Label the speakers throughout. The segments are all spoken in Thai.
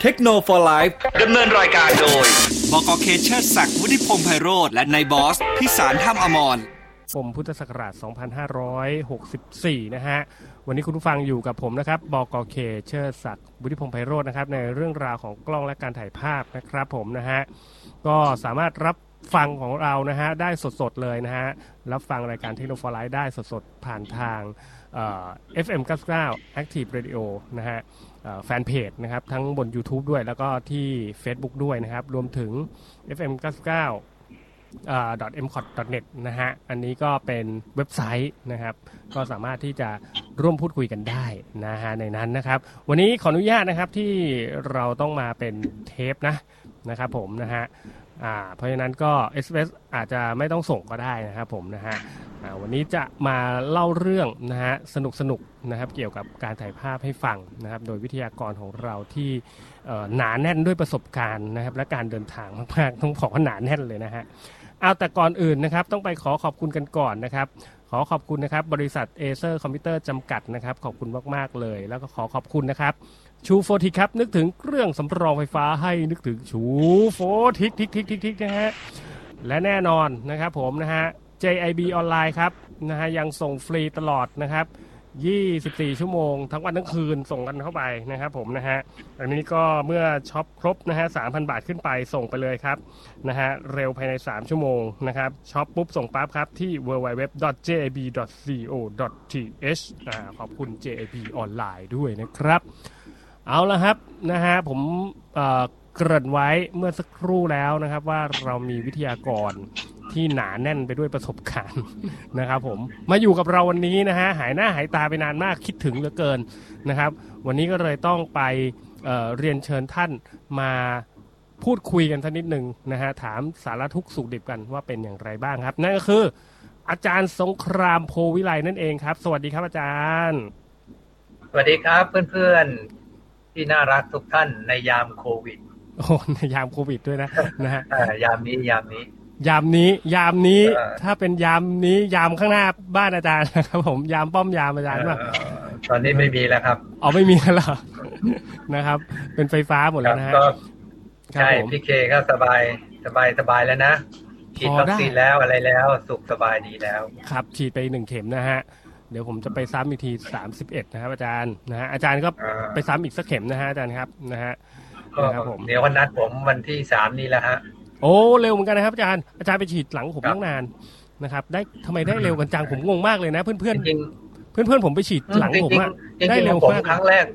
Speaker 1: เทคโนโลยี
Speaker 2: ดำเนินรายการโดย บกเคเชอร์ศักดิ์วุฒิพงษ์ไพโรธและนายบอส พิสารท่ามอมร
Speaker 3: ผมพุทธศักราช 2564 นะฮะ วันนี้คุณผู้ฟังอยู่กับผมนะครับ บกเค เชิดศักดิ์บุธิพงษ์ไพโรจน์นะครับ ในเรื่องราวของกล้องและการถ่ายภาพนะครับผมนะฮะ ก็สามารถรับฟังของเรานะฮะ ได้สดๆ เลยนะฮะ รับฟังรายการเทคโนโลยีได้สดๆ ผ่านทางเอ่อ FM 99 Active Radio นะฮะเอ่อแฟนเพจนะครับ ทั้งบน YouTube ด้วยแล้วก็ที่ Facebook ด้วยนะครับ รวมถึง FM 99 m c o t n e t นะฮะ อันนี้ก็เป็นเว็บไซต์นะครับ ก็สามารถที่จะร่วมพูดคุยกันได้นะฮะในนั้นนะครับ วันนี้ขออนุญาตนะครับที่เราต้องมาเป็นเทปนะนะครับผมนะฮะอ่าเพราะฉะนั้นก็ s อ s อาจจะไม่ต้องส่งก็ได้นะครับผมนะฮะอ่าวันนี้จะมาเล่าเรื่องนะฮะสนุกสนุกๆนะครับเกี่ยวกับการถ่ายภาพให้ฟังนะครับ โดยวิทยากรของเราที่เอ่อหนาแน่นด้วยประสบการณ์นะครับ และการเดินทางมากๆต้องบอกว่าหนาแน่นเลยนะฮะ เอาแต่ก่อนอื่นนะครับ ต้องไปขอขอบคุณกันก่อนนะครับ ขอขอบคุณนะครับ บริษัทเอเซอร์คอมพิวเตอร์จำกัดนะครับ ขอบคุณมาก ๆ เลย แล้วก็ขอขอบคุณนะครับชูโฟติกครับ นึกถึงเครื่องสำรองไฟฟ้าให้นึกถึงชูโฟติกทิกทิกทิกทิกนะฮะ และแน่นอนนะครับผมนะฮะ JIB ออนไลน์ครับนะฮะยังส่งฟรีตลอดนะครับ 24 ชั่วโมง ทั้งวันทั้งคืนส่งกันเข้าไปนะครับผมนะฮะ อันนี้ก็เมื่อช็อปครบนะฮะ 3,000 บาทขึ้นไปส่งไปเลยครับ นะฮะเร็วภายใน 3 ชั่วโมงนะครับช็อปปุ๊บ ส่งปั๊บครับ ที่ www.jab.co.th อ่าขอบคุณ JAB ออนไลน์ด้วยนะครับ เอาละครับนะฮะผมเอ่อเกริ่นไว้เมื่อสักครู่แล้วนะครับ ว่าเรามีวิทยากรที่หนาแน่นไปด้วยประสบการณ์ นะครับผมมาอยู่กับเราวันนี้นะฮะหายหน้าหายตาไปนานมากคิดถึงเหลือเกินนะครับ วันนี้ก็เลยต้องไปเอ่อเรียนเชิญท่านมาพูดคุยกันสักนิดหนึ่งนะฮะถามสารทุกข์สุขดิบกันว่าเป็นอย่างไรบ้างครับ นั่นก็คือ อาจารย์สงครามโพวิไลนั่นเองครับ สวัสดีครับอาจารย์
Speaker 4: สวัสดีครับเพื่อนๆที่น่ารักทุกท่านในยามโควิด
Speaker 3: โอ้ ในยามโควิดด้วยนะ นะฮะ
Speaker 4: เอ่อยามนี้ยามนี้
Speaker 3: ยามนี้ยามนี้
Speaker 4: เออ
Speaker 3: ถ้าเป็นยามนี้ยามข้างหน้าบ้านอาจารย์นะครับผมยามป้อมยามอาจารย์ป่ะ
Speaker 4: เอ่อตอนนี้ไม่มีแล้วครับ
Speaker 3: เอาไม่มีแล้วเหรอ นะครับ เป็นไฟฟ้าหมด
Speaker 4: ค
Speaker 3: แล้
Speaker 4: รั
Speaker 3: วนะฮะ
Speaker 4: ก็
Speaker 3: ครับ
Speaker 4: ใช่
Speaker 3: ผม
Speaker 4: พี่เคก็สบายสบายสบายแล้วนะฉีด
Speaker 3: พอได้
Speaker 4: วัคซีนแล้วอะไรแล้วสุขสบายดีแล้ว
Speaker 3: ครับฉีดไปหนึ่งเข็มนะฮะเดี๋ยวผมจะไปซ้ำอีกที31นะครับอาจารย์นะฮะอาจารย์ก็
Speaker 4: เอ่อ
Speaker 3: ไปซ้ำอีกสักเข็มนะฮะอาจารย์ครับนะฮะ
Speaker 4: ก็
Speaker 3: ครับผม
Speaker 4: เดี๋ยววันนัดผมวันที่สามนี้แหละฮะ
Speaker 3: โอ้เร็วเหมือนกันนะครับอาจารย์อาจารย์ไปฉีดหลังผม
Speaker 4: ครับ
Speaker 3: ตั้งนานนะครับ ได้ทำไมได้เร็วกันจังผมงงมากเลยนะ เพื่อนเพื่อน
Speaker 4: จริง
Speaker 3: เพื่อนเพื่อนๆผมไปฉีด
Speaker 4: ๆ
Speaker 3: หลังผมอะ
Speaker 4: จริงๆ
Speaker 3: ได้
Speaker 4: จริง
Speaker 3: เร็
Speaker 4: ๆ
Speaker 3: ว
Speaker 4: ของผม
Speaker 3: มาก
Speaker 4: ครั้งแรก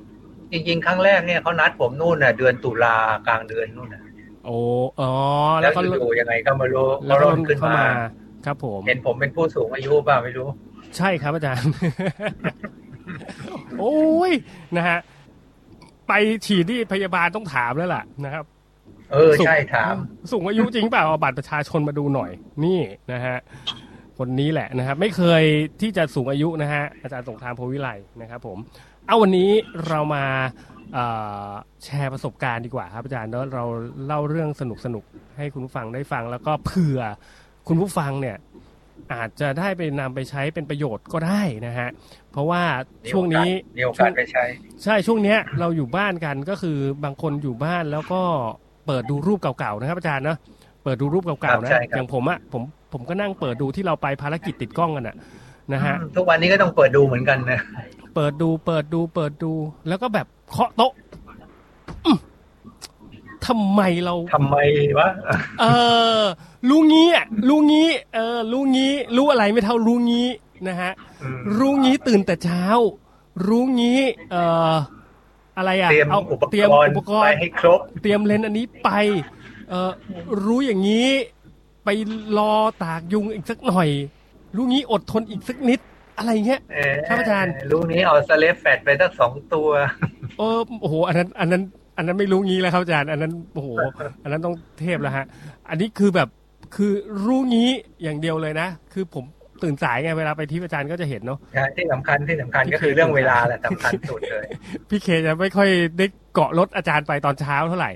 Speaker 4: จริง ๆ ครั้งแรกเนี่ยเขานัดผมนู่นน่ะเดือนตุลากลางเดือนนู่นน่ะ
Speaker 3: โอ้อ๋อ
Speaker 4: แล้
Speaker 3: แล้ว วก็
Speaker 4: อยู่ๆยังไงก็ไม่รู้
Speaker 3: แล้วก็
Speaker 4: เริ่
Speaker 3: ล
Speaker 4: ม
Speaker 3: น
Speaker 4: ขึ้น
Speaker 3: เข้า
Speaker 4: มา
Speaker 3: มาครับผม
Speaker 4: เห็นผมเป็นผู้สูงอายุเปล่าไม่รู้
Speaker 3: ใช่ครับอาจารย์ โอ้ยนะฮะไปฉีดที่พยาบาลต้องถามแล้วล่ะนะครับ
Speaker 4: เออใช่ถาม
Speaker 3: สูงอายุจริงเปล่าเอาบัตรประชาชนมาดูหน่อย นี่นะฮะคนนี้แหละนะครับ ไม่เคยที่จะสูงอายุนะฮะอาจารย์สงครามโพวิไลนะครับ ผม เอาวันนี้เรามาเอ่อแชร์ประสบการณ์ดีกว่าครับอาจารย์แล้วเราเล่าเรื่องสนุกสนุกๆให้คุณผู้ฟังได้ฟัง แล้วก็เผื่อคุณผู้ฟังเนี่ย อาจจะได้ไปนำไปใช้เป็นประโยชน์ก็ได้นะฮะเพราะว่าช่วงนี้
Speaker 4: มีโอกาสไปใช้
Speaker 3: ใช่ช่วงเนี้ยเราอยู่บ้านกันก็คือบางคนอยู่บ้านแล้วก็เปิดดูรูปเก่าๆนะครับอาจารย์เนาะเปิดดูรูปเก่าๆนะ
Speaker 4: ใช่ครับ
Speaker 3: อย่างผมอะผมผมก็นั่งเปิดดูที่เราไปภารกิจติดกล้องกันอะนะฮะ
Speaker 4: ทุกวันนี้ก็ต้องเปิดดูเหมือนกันนะ
Speaker 3: เปิดดูเปิดดูเปิดดู แล้วก็แบบเคาะโต๊ะอื้อทำไมเรา
Speaker 4: ทำไมวะ
Speaker 3: เออรู้งี้อะรู้งี้ เออรู้งี้ รู้อะไรไม่เท่ารู้งี้นะฮะ
Speaker 4: อืม
Speaker 3: รู้งี้ตื่นแต่เช้า รู้งี้ เอ่ออะไรอ่ะ
Speaker 4: เตรียม
Speaker 3: อา
Speaker 4: อุป
Speaker 3: เตรียม
Speaker 4: กร
Speaker 3: อุ
Speaker 4: ณ์
Speaker 3: ปก
Speaker 4: ไป
Speaker 3: รณ์
Speaker 4: ให้ครบ
Speaker 3: เตรียมเลนส์อันนี้ไป เออรู้อย่างนี้ ไปรอตากยุงอีกสักหน่อย รู้งี้อดทนอีกสักนิด อะไรเงี้ย
Speaker 4: เออ
Speaker 3: ครับอาจารย์
Speaker 4: รู้นี้เอาสเลฟแฟตไปสักสองตัว
Speaker 3: เออโอ้โหอันนั้นอันนั้น อันนั้นไม่รู้งี้แล้วครับอาจารย์ อันนั้นโอ้โห อันนั้นต้องเทพแล้วฮะ อันนี้คือแบบคือรู้งี้อย่างเดียวเลยนะ คือผมตื่นสายไงเวลาไปทริปอาจารย์ก็จะเห็นเนาะ
Speaker 4: ที่สำคัญที่สำคัญก็คือเรื่องเวลาแหละสำคัญสุดเลย
Speaker 3: พี่เคจะไม่ค่อยได้เกาะรถอาจารย์ไปตอนเช้าเท่าไหร่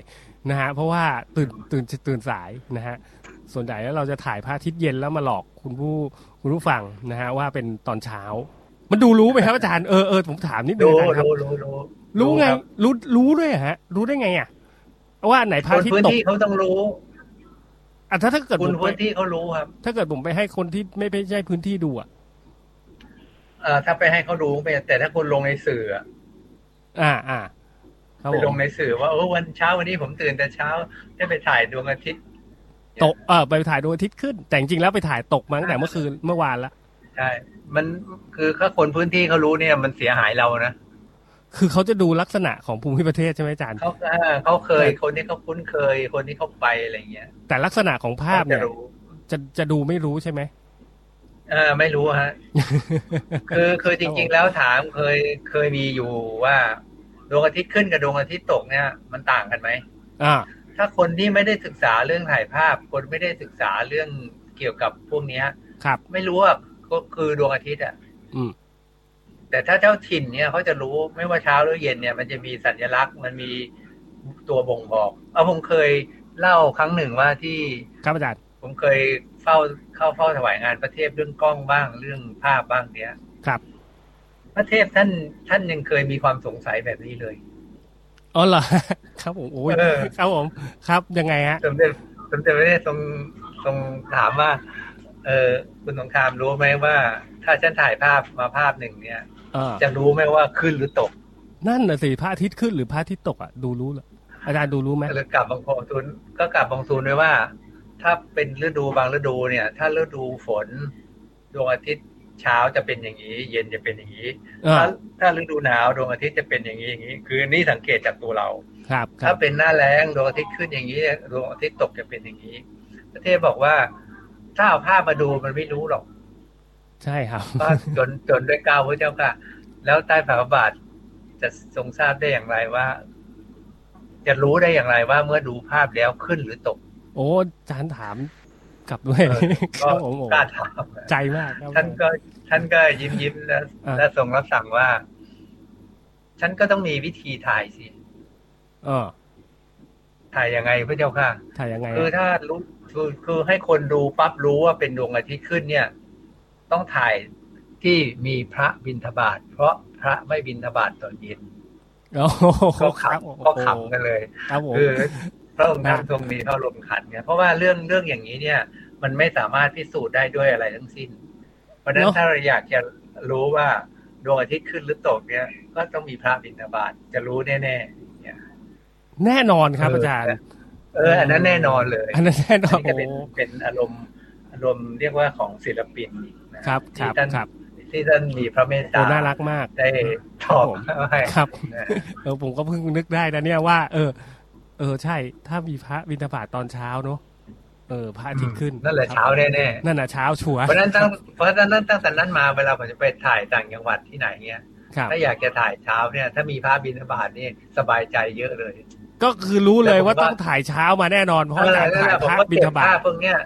Speaker 3: นะฮะเพราะว่าตื่นตื่นตื่นสายนะฮะส่วนใหญ่แล้วเราจะถ่ายพระอาทิตย์เย็นแล้วมาหลอกคุณผู้คุณผู้ฟังนะฮะว่าเป็นตอนเช้า มันดูรู้ไหมครับอาจารย์เออเออผมถามนิดนึง
Speaker 4: รู้
Speaker 3: อาจารย์ครับ
Speaker 4: รู้รู้รู้
Speaker 3: รู้ไง
Speaker 4: ครับ
Speaker 3: รู้รู้ด้วยเหรอฮะ รู้ได้ไงอ่ะ ว่าอันไหนพ
Speaker 4: ค
Speaker 3: ระ
Speaker 4: น
Speaker 3: อาทิต
Speaker 4: พื้น
Speaker 3: ย์ตก
Speaker 4: ที่เขาต้องรู้
Speaker 3: อ่ะถ้าถ้าเกิด
Speaker 4: ค
Speaker 3: ผ
Speaker 4: น
Speaker 3: มไป
Speaker 4: พื้นที่เขารู้ครับ
Speaker 3: ถ้าเกิดผมไปให้คนที่ไม่ไม่ใช่พื้นที่ดูอ่ะ
Speaker 4: เอ่อถ้าไปให้เขารู้ไปแต่ถ้าคนลงในสื่ออะ
Speaker 3: อ่าอ่าครับ
Speaker 4: ไป
Speaker 3: ผ
Speaker 4: ล
Speaker 3: ม
Speaker 4: งในสื่อว่าเออวันเช้าวันนี้ผมตื่นแต่เช้าได้ไปถ่ายดวงอาทิตย์
Speaker 3: ตกเออไปถ่ายดวงอาทิตย์ขึ้น แต่จริงๆแล้วไปถ่ายตกมาตั้งแต่เมื่อคืนเมื่อวานละ
Speaker 4: ใช่ มันคือถ้าคนพื้นที่เขารู้เนี่ยมันเสียหายเรานะ
Speaker 3: คือเขาจะดูลักษณะของภูมิประเทศใช่ไหมอาจารย์
Speaker 4: เขาเออเขาเคย คนที่เขาคุ้นเคย คนที่เขาไปอะไรเงี้ย
Speaker 3: แต่ลักษณะของภาพ
Speaker 4: จะ
Speaker 3: เนี่ย
Speaker 4: รู้
Speaker 3: จะจะดูไม่รู้ใช่ไหม
Speaker 4: เออไม่รู้ ฮะ คือคือจริง ๆ แล้วถามเคยเคยมีอยู่ว่าดวงอาทิตย์ขึ้นกับดวงอาทิตย์ตกเนี่ย มันต่างกันไหม
Speaker 3: อ่า
Speaker 4: ถ้าคนที่ไม่ได้ศึกษาเรื่องถ่ายภาพ คนไม่ได้ศึกษาเรื่องเกี่ยวกับพวกเนี้ย
Speaker 3: ครับ
Speaker 4: ไม่รู้ว่าก็คือดวงอาทิตย์อ่ะ
Speaker 3: อืม
Speaker 4: แต่ถ้าเจ้าถิ่นเนี่ยเขาจะรู้ไม่ว่าเช้าหรือเย็นเนี่ย มันจะมีสัญลักษณ์ มันมีตัวบ่งบอกเอาผมเคยเล่าครั้งหนึ่งว่าที่
Speaker 3: ครับอาจารย์
Speaker 4: ผมเคยเฝ้าเข้าเฝ้าถวายงานพระเทพเรื่องกล้องบ้างเรื่องภาพบ้างเนี้ย
Speaker 3: ครับ
Speaker 4: พระเทพท่านท่านยังเคยมีความสงสัยแบบนี้เลย
Speaker 3: อ๋อเหรอ ครับผมโอ้ย
Speaker 4: เออ
Speaker 3: ครับผม ครับยังไงฮะ
Speaker 4: สมเด็จสมเด็จพระเนตรทรงทรงถามว่า เออคุณสงครามรู้ไหมว่า ถ้าฉันถ่ายภาพมาภาพหนึ่งเนี่ย
Speaker 3: เออ
Speaker 4: จะรู้ไหมว่าขึ้นหรือตก
Speaker 3: นั่นน่ะสิพระอาทิตย์ขึ้นหรือพระอาทิตย์ตกอ่ะดูรู้เหรออาจารย์ดูรู้ไหม
Speaker 4: หรือกลับ บังคองทุนก็กลับบังทูนไว้ว่า ถ้าเป็นฤดูบางฤดูเนี่ย ถ้าฤดูฝนดวงอาทิตย์เช้าจะเป็นอย่างนี้ เย็นจะเป็นอย่างนี้
Speaker 3: เออ
Speaker 4: ถ้าถ้าฤดูหนาวดวงอาทิตย์จะเป็นอย่างนี้อย่างนี้ คือนี่สังเกตจากตัวเรา
Speaker 3: ครับครั
Speaker 4: ถ้า
Speaker 3: บ
Speaker 4: เป็นหน้าแล้งดวงอาทิตย์ขึ้นอย่างนี้ดวงอาทิตย์ตกจะเป็นอย่างนี้ ประเทศบอกว่า ถ้าเอาภาพมาดูมันไม่รู้ หรอก
Speaker 3: ใช่ครับ
Speaker 4: ก็จนจนด้วยกล้าวพระเจ้าค่ะ แล้วใต้ฝ่าพระบาทจะทรงทราบได้อย่างไรว่า จะรู้ได้อย่างไรว่าเมื่อดูภาพแล้วขึ้นหรือตก
Speaker 3: โอ้อาจารย์ถามกลับด้วย
Speaker 4: เออ
Speaker 3: ค
Speaker 4: ก็
Speaker 3: รับผมโอ้
Speaker 4: กล้าถาม
Speaker 3: ใจมากครับ
Speaker 4: ท่านก็ท่านก็ยิ้มยิ้มๆแล้ว
Speaker 3: เออ
Speaker 4: และทรงรับสั่งว่า ฉันก็ต้องมีวิธีถ่ายสิ
Speaker 3: เออ
Speaker 4: ถ่ายยังไงพระเจ้าค่ะ
Speaker 3: ถ่ายยังไง
Speaker 4: คือ
Speaker 3: อะ
Speaker 4: ถ้ารู้คือคือให้คนดูปั๊บรู้ว่าเป็นดวงอาทิตย์ขึ้นเนี่ย ต้องถ่ายที่มีพระบิณฑบาตเพราะพระไม่บิณฑบาตตอนเย็น
Speaker 3: โอ้โห
Speaker 4: ก็
Speaker 3: ครับ
Speaker 4: ขำ
Speaker 3: โอ้
Speaker 4: ก็
Speaker 3: โห
Speaker 4: ขำกันเลย
Speaker 3: ครับผม
Speaker 4: คือพระองค์ท่านทรงมีพระลมณ์ขันเนี่ยเพราะว่าเรื่องเรื่องอย่างนี้เนี่ย มันไม่สามารถพิสูจน์ได้ด้วยอะไรทั้งสิ้น เพราะฉะนั้นถ้าเราอยากจะรู้ว่าดวงอาทิตย์ขึ้นหรือตกเนี่ย ก็ต้องมีพระบิณฑบาตจะรู้แน่
Speaker 3: แน่นอนครับ
Speaker 4: เออ
Speaker 3: อา
Speaker 4: อ
Speaker 3: จารย์
Speaker 4: ๆเอออันนั้นแน่นอนเลย
Speaker 3: อันนั้นแน่นอ
Speaker 4: อั
Speaker 3: น
Speaker 4: นนี้
Speaker 3: โอ้
Speaker 4: ก็เป็นเป็นอารมณ์อารมณ์เรียกว่าของศิลปินนะครับ
Speaker 3: ครับ
Speaker 4: ที่ท่าน
Speaker 3: ครับ
Speaker 4: ที่ท่านมีพระเมต
Speaker 3: โอ้
Speaker 4: ตา
Speaker 3: น่ารักมาก
Speaker 4: ได้ตอบให้
Speaker 3: ครับ
Speaker 4: นะ
Speaker 3: เออผมก็เพิ่งนึกได้นะเนี่ยว่า เออ เออใช่ ถ้ามีพระบิณฑบาตตอนเช้าเนอะเออพระอาทิตย์ขึ้น
Speaker 4: นั่นแหละ
Speaker 3: ค
Speaker 4: เช้า
Speaker 3: รับ
Speaker 4: แน่
Speaker 3: นั่นน่ะเช้าชัว
Speaker 4: ๆ
Speaker 3: ร์
Speaker 4: เพราะฉะนั้นตั้งเพราะฉะนั้นตั้งแต่นั้นมาเวลาผมจะไปถ่ายต่างจังหวัดที่ไหนเงี้ย
Speaker 3: ครับ
Speaker 4: ถ้าอยากจะถ่ายเช้าเนี่ย ถ้ามีพระบิณฑบาตนี่สบายใจเยอะเลย
Speaker 3: ก็คือรู้เลยว่าต้องถ่ายเช้ามาแน่นอนเพราะอาจารย์
Speaker 4: นั่น
Speaker 3: ถ่า
Speaker 4: แห
Speaker 3: ยพระ
Speaker 4: ละผมก็
Speaker 3: บิณ
Speaker 4: เก็บบ
Speaker 3: ฑา
Speaker 4: ภาพ
Speaker 3: ต
Speaker 4: พวกเนี้ย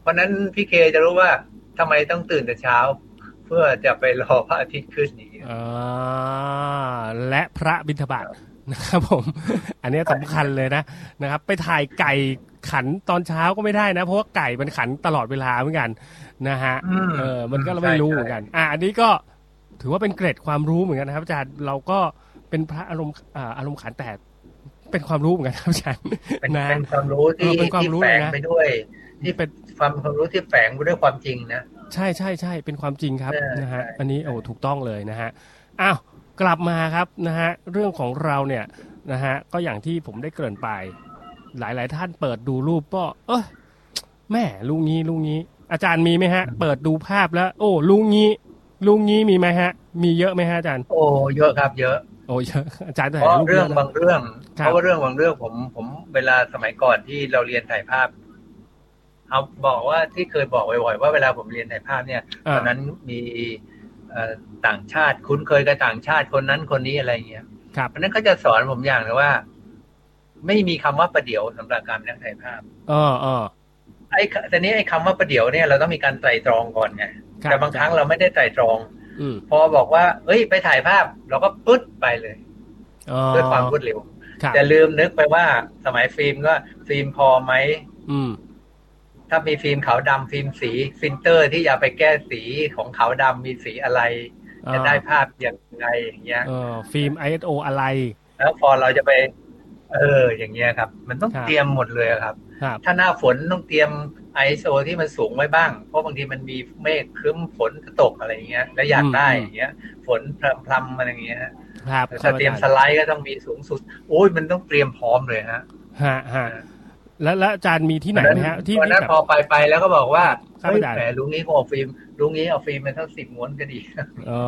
Speaker 4: เพราะฉะนั้นพี่เคจะรู้ว่าทำไมต้องตื่นแต่เช้า เพื่อจะไปรอพระอาทิตย์ขึ้นอย่างเงี้ย
Speaker 3: อ่าและพระบิณฑบาตนะครับผม อันเนี้ยสำคัญเลยนะนะครับ ไปถ่ายไก่ขันตอนเช้าก็ไม่ได้นะ เพราะว่าไก่มันขันตลอดเวลาเหมือนกันนะฮะ
Speaker 4: อืม
Speaker 3: เออ มันก็ไม่รู้
Speaker 4: ใช่ใช่
Speaker 3: เหมือนกัน อ่ะ อันนี้ก็ถือว่าเป็นเกร็ดความรู้เหมือนกันนะครับอาจารย์ เราก็เป็นพระอารมณ์อ่าอารมณ์ขันแต่เป็นความรู้เหมือนกันครับอาจารย์
Speaker 4: เป็น
Speaker 3: นะ
Speaker 4: เป็นความรู้ที่
Speaker 3: เออเป็นความ
Speaker 4: ที่
Speaker 3: รู้
Speaker 4: แฝ
Speaker 3: เลย
Speaker 4: ง
Speaker 3: นะ
Speaker 4: ไปด้วย
Speaker 3: นี่เป็น
Speaker 4: ความความรู้ที่แฝงไปด้วยความจริงนะ
Speaker 3: ใช่ใช่ใช่เป็นความจริงครับ
Speaker 4: เออ
Speaker 3: นะฮะ
Speaker 4: ใช่
Speaker 3: อันนี้โอ้ถูกต้องเลยนะฮะอ้าวกลับมาครับนะฮะเรื่องของเราเนี่ยนะฮะก็อย่างที่ผมได้เกริ่นไป หลาย ๆ ท่านเปิดดูรูปก็ เออแม่ลุงนี้ลุงนี้ อาจารย์มีไหมฮะ เปิดดูภาพแล้ว โอ้ลุงนี้ลุงนี้มีไหมฮะ มีเยอะไหมฮะอาจารย์
Speaker 4: โอ้เยอะครับเยอะ
Speaker 3: โอ้เยอะอาจารย์
Speaker 4: เพ
Speaker 3: ถ่าย
Speaker 4: ราะ
Speaker 3: รูป
Speaker 4: เรื่อง
Speaker 3: ยะนะ
Speaker 4: บางเรื่อง
Speaker 3: ครับ
Speaker 4: เพราะว่าเรื่องบางเรื่องผมผมเวลาสมัยก่อนที่เราเรียนถ่ายภาพเอาบอกว่าที่เคยบอกบ่อยๆว่าเวลาผมเรียนถ่ายภาพเนี่ยต
Speaker 3: อ่า
Speaker 4: อนนั้นมีเอ่อต่างชาติคุ้นเคยกับต่างชาติคนนั้นคนนี้อะไรเงี้ย
Speaker 3: ครับ
Speaker 4: เพราะฉะนั้นเขาจะสอนผมอย่างเลยว่า ไม่มีคำว่าประเดี๋ยวสำหรับการนักถ่ายภาพ
Speaker 3: เออเออ
Speaker 4: ไอ้แต่นี้ไอ้คำว่าประเดี๋ยวเนี่ยเราต้องมีการไตร่ตรองก่อนไงแต่บางครั้งเราไม่ได้ไตร่ตรอง
Speaker 3: อืม
Speaker 4: พอบอกว่า เอ้ย ไปถ่ายภาพ เราก็ปึ๊ดไปเลย
Speaker 3: อ๋อ
Speaker 4: ด้วยความรวดเร็ว
Speaker 3: ครับ
Speaker 4: แต่ลืมนึกไปว่าสมัยฟิล์มก็ฟิล์มพอไหม
Speaker 3: อืม
Speaker 4: ถ้ามีฟิล์มขาวดำฟิล์มสีฟิลเตอร์ที่อยากไปแก้สีของขาวดำมีสีอะไร จะได้ภาพอย่างไรอย่างเงี้ย
Speaker 3: เออฟิล์ม ISO อะไร
Speaker 4: แล้วพอเราจะไป เออ อย่างเงี้ยครับ มันต้อง
Speaker 3: ครับ
Speaker 4: เตรียมหมดเลยครับ
Speaker 3: ครับ
Speaker 4: ถ้าหน้าฝนต้องเตรียม ISO ที่มันสูงไว้บ้าง เพราะบางทีมันมีเมฆครึ้มฝนตกอะไรอย่างเงี้ย แล้วอยากได้อย่างเงี้ย ฝนพรำๆอะไรอย่างเงี้ยฮะ
Speaker 3: ครับค
Speaker 4: จะ
Speaker 3: บ
Speaker 4: เตรียม
Speaker 3: อา
Speaker 4: ส
Speaker 3: จารย์
Speaker 4: ไลด์ก็ต้องมีสูงสุด โอ้ยมันต้องเตรียมพร้อมเลยฮะ
Speaker 3: ฮะฮะแล้วแล้วอาจารย์มีที่ไหนไหมฮะที่
Speaker 4: วัน
Speaker 3: ที่
Speaker 4: นั้น
Speaker 3: แบบ
Speaker 4: พอไปไปแล้วก็บอกว่า
Speaker 3: ครับ
Speaker 4: เฮ้ย
Speaker 3: อาจารย์
Speaker 4: แหมลุงนี้ก็เอาฟิล์มลุงนี้เอาฟิล์มมันทั้งสิบม้วนก็ดี
Speaker 3: อ๋อ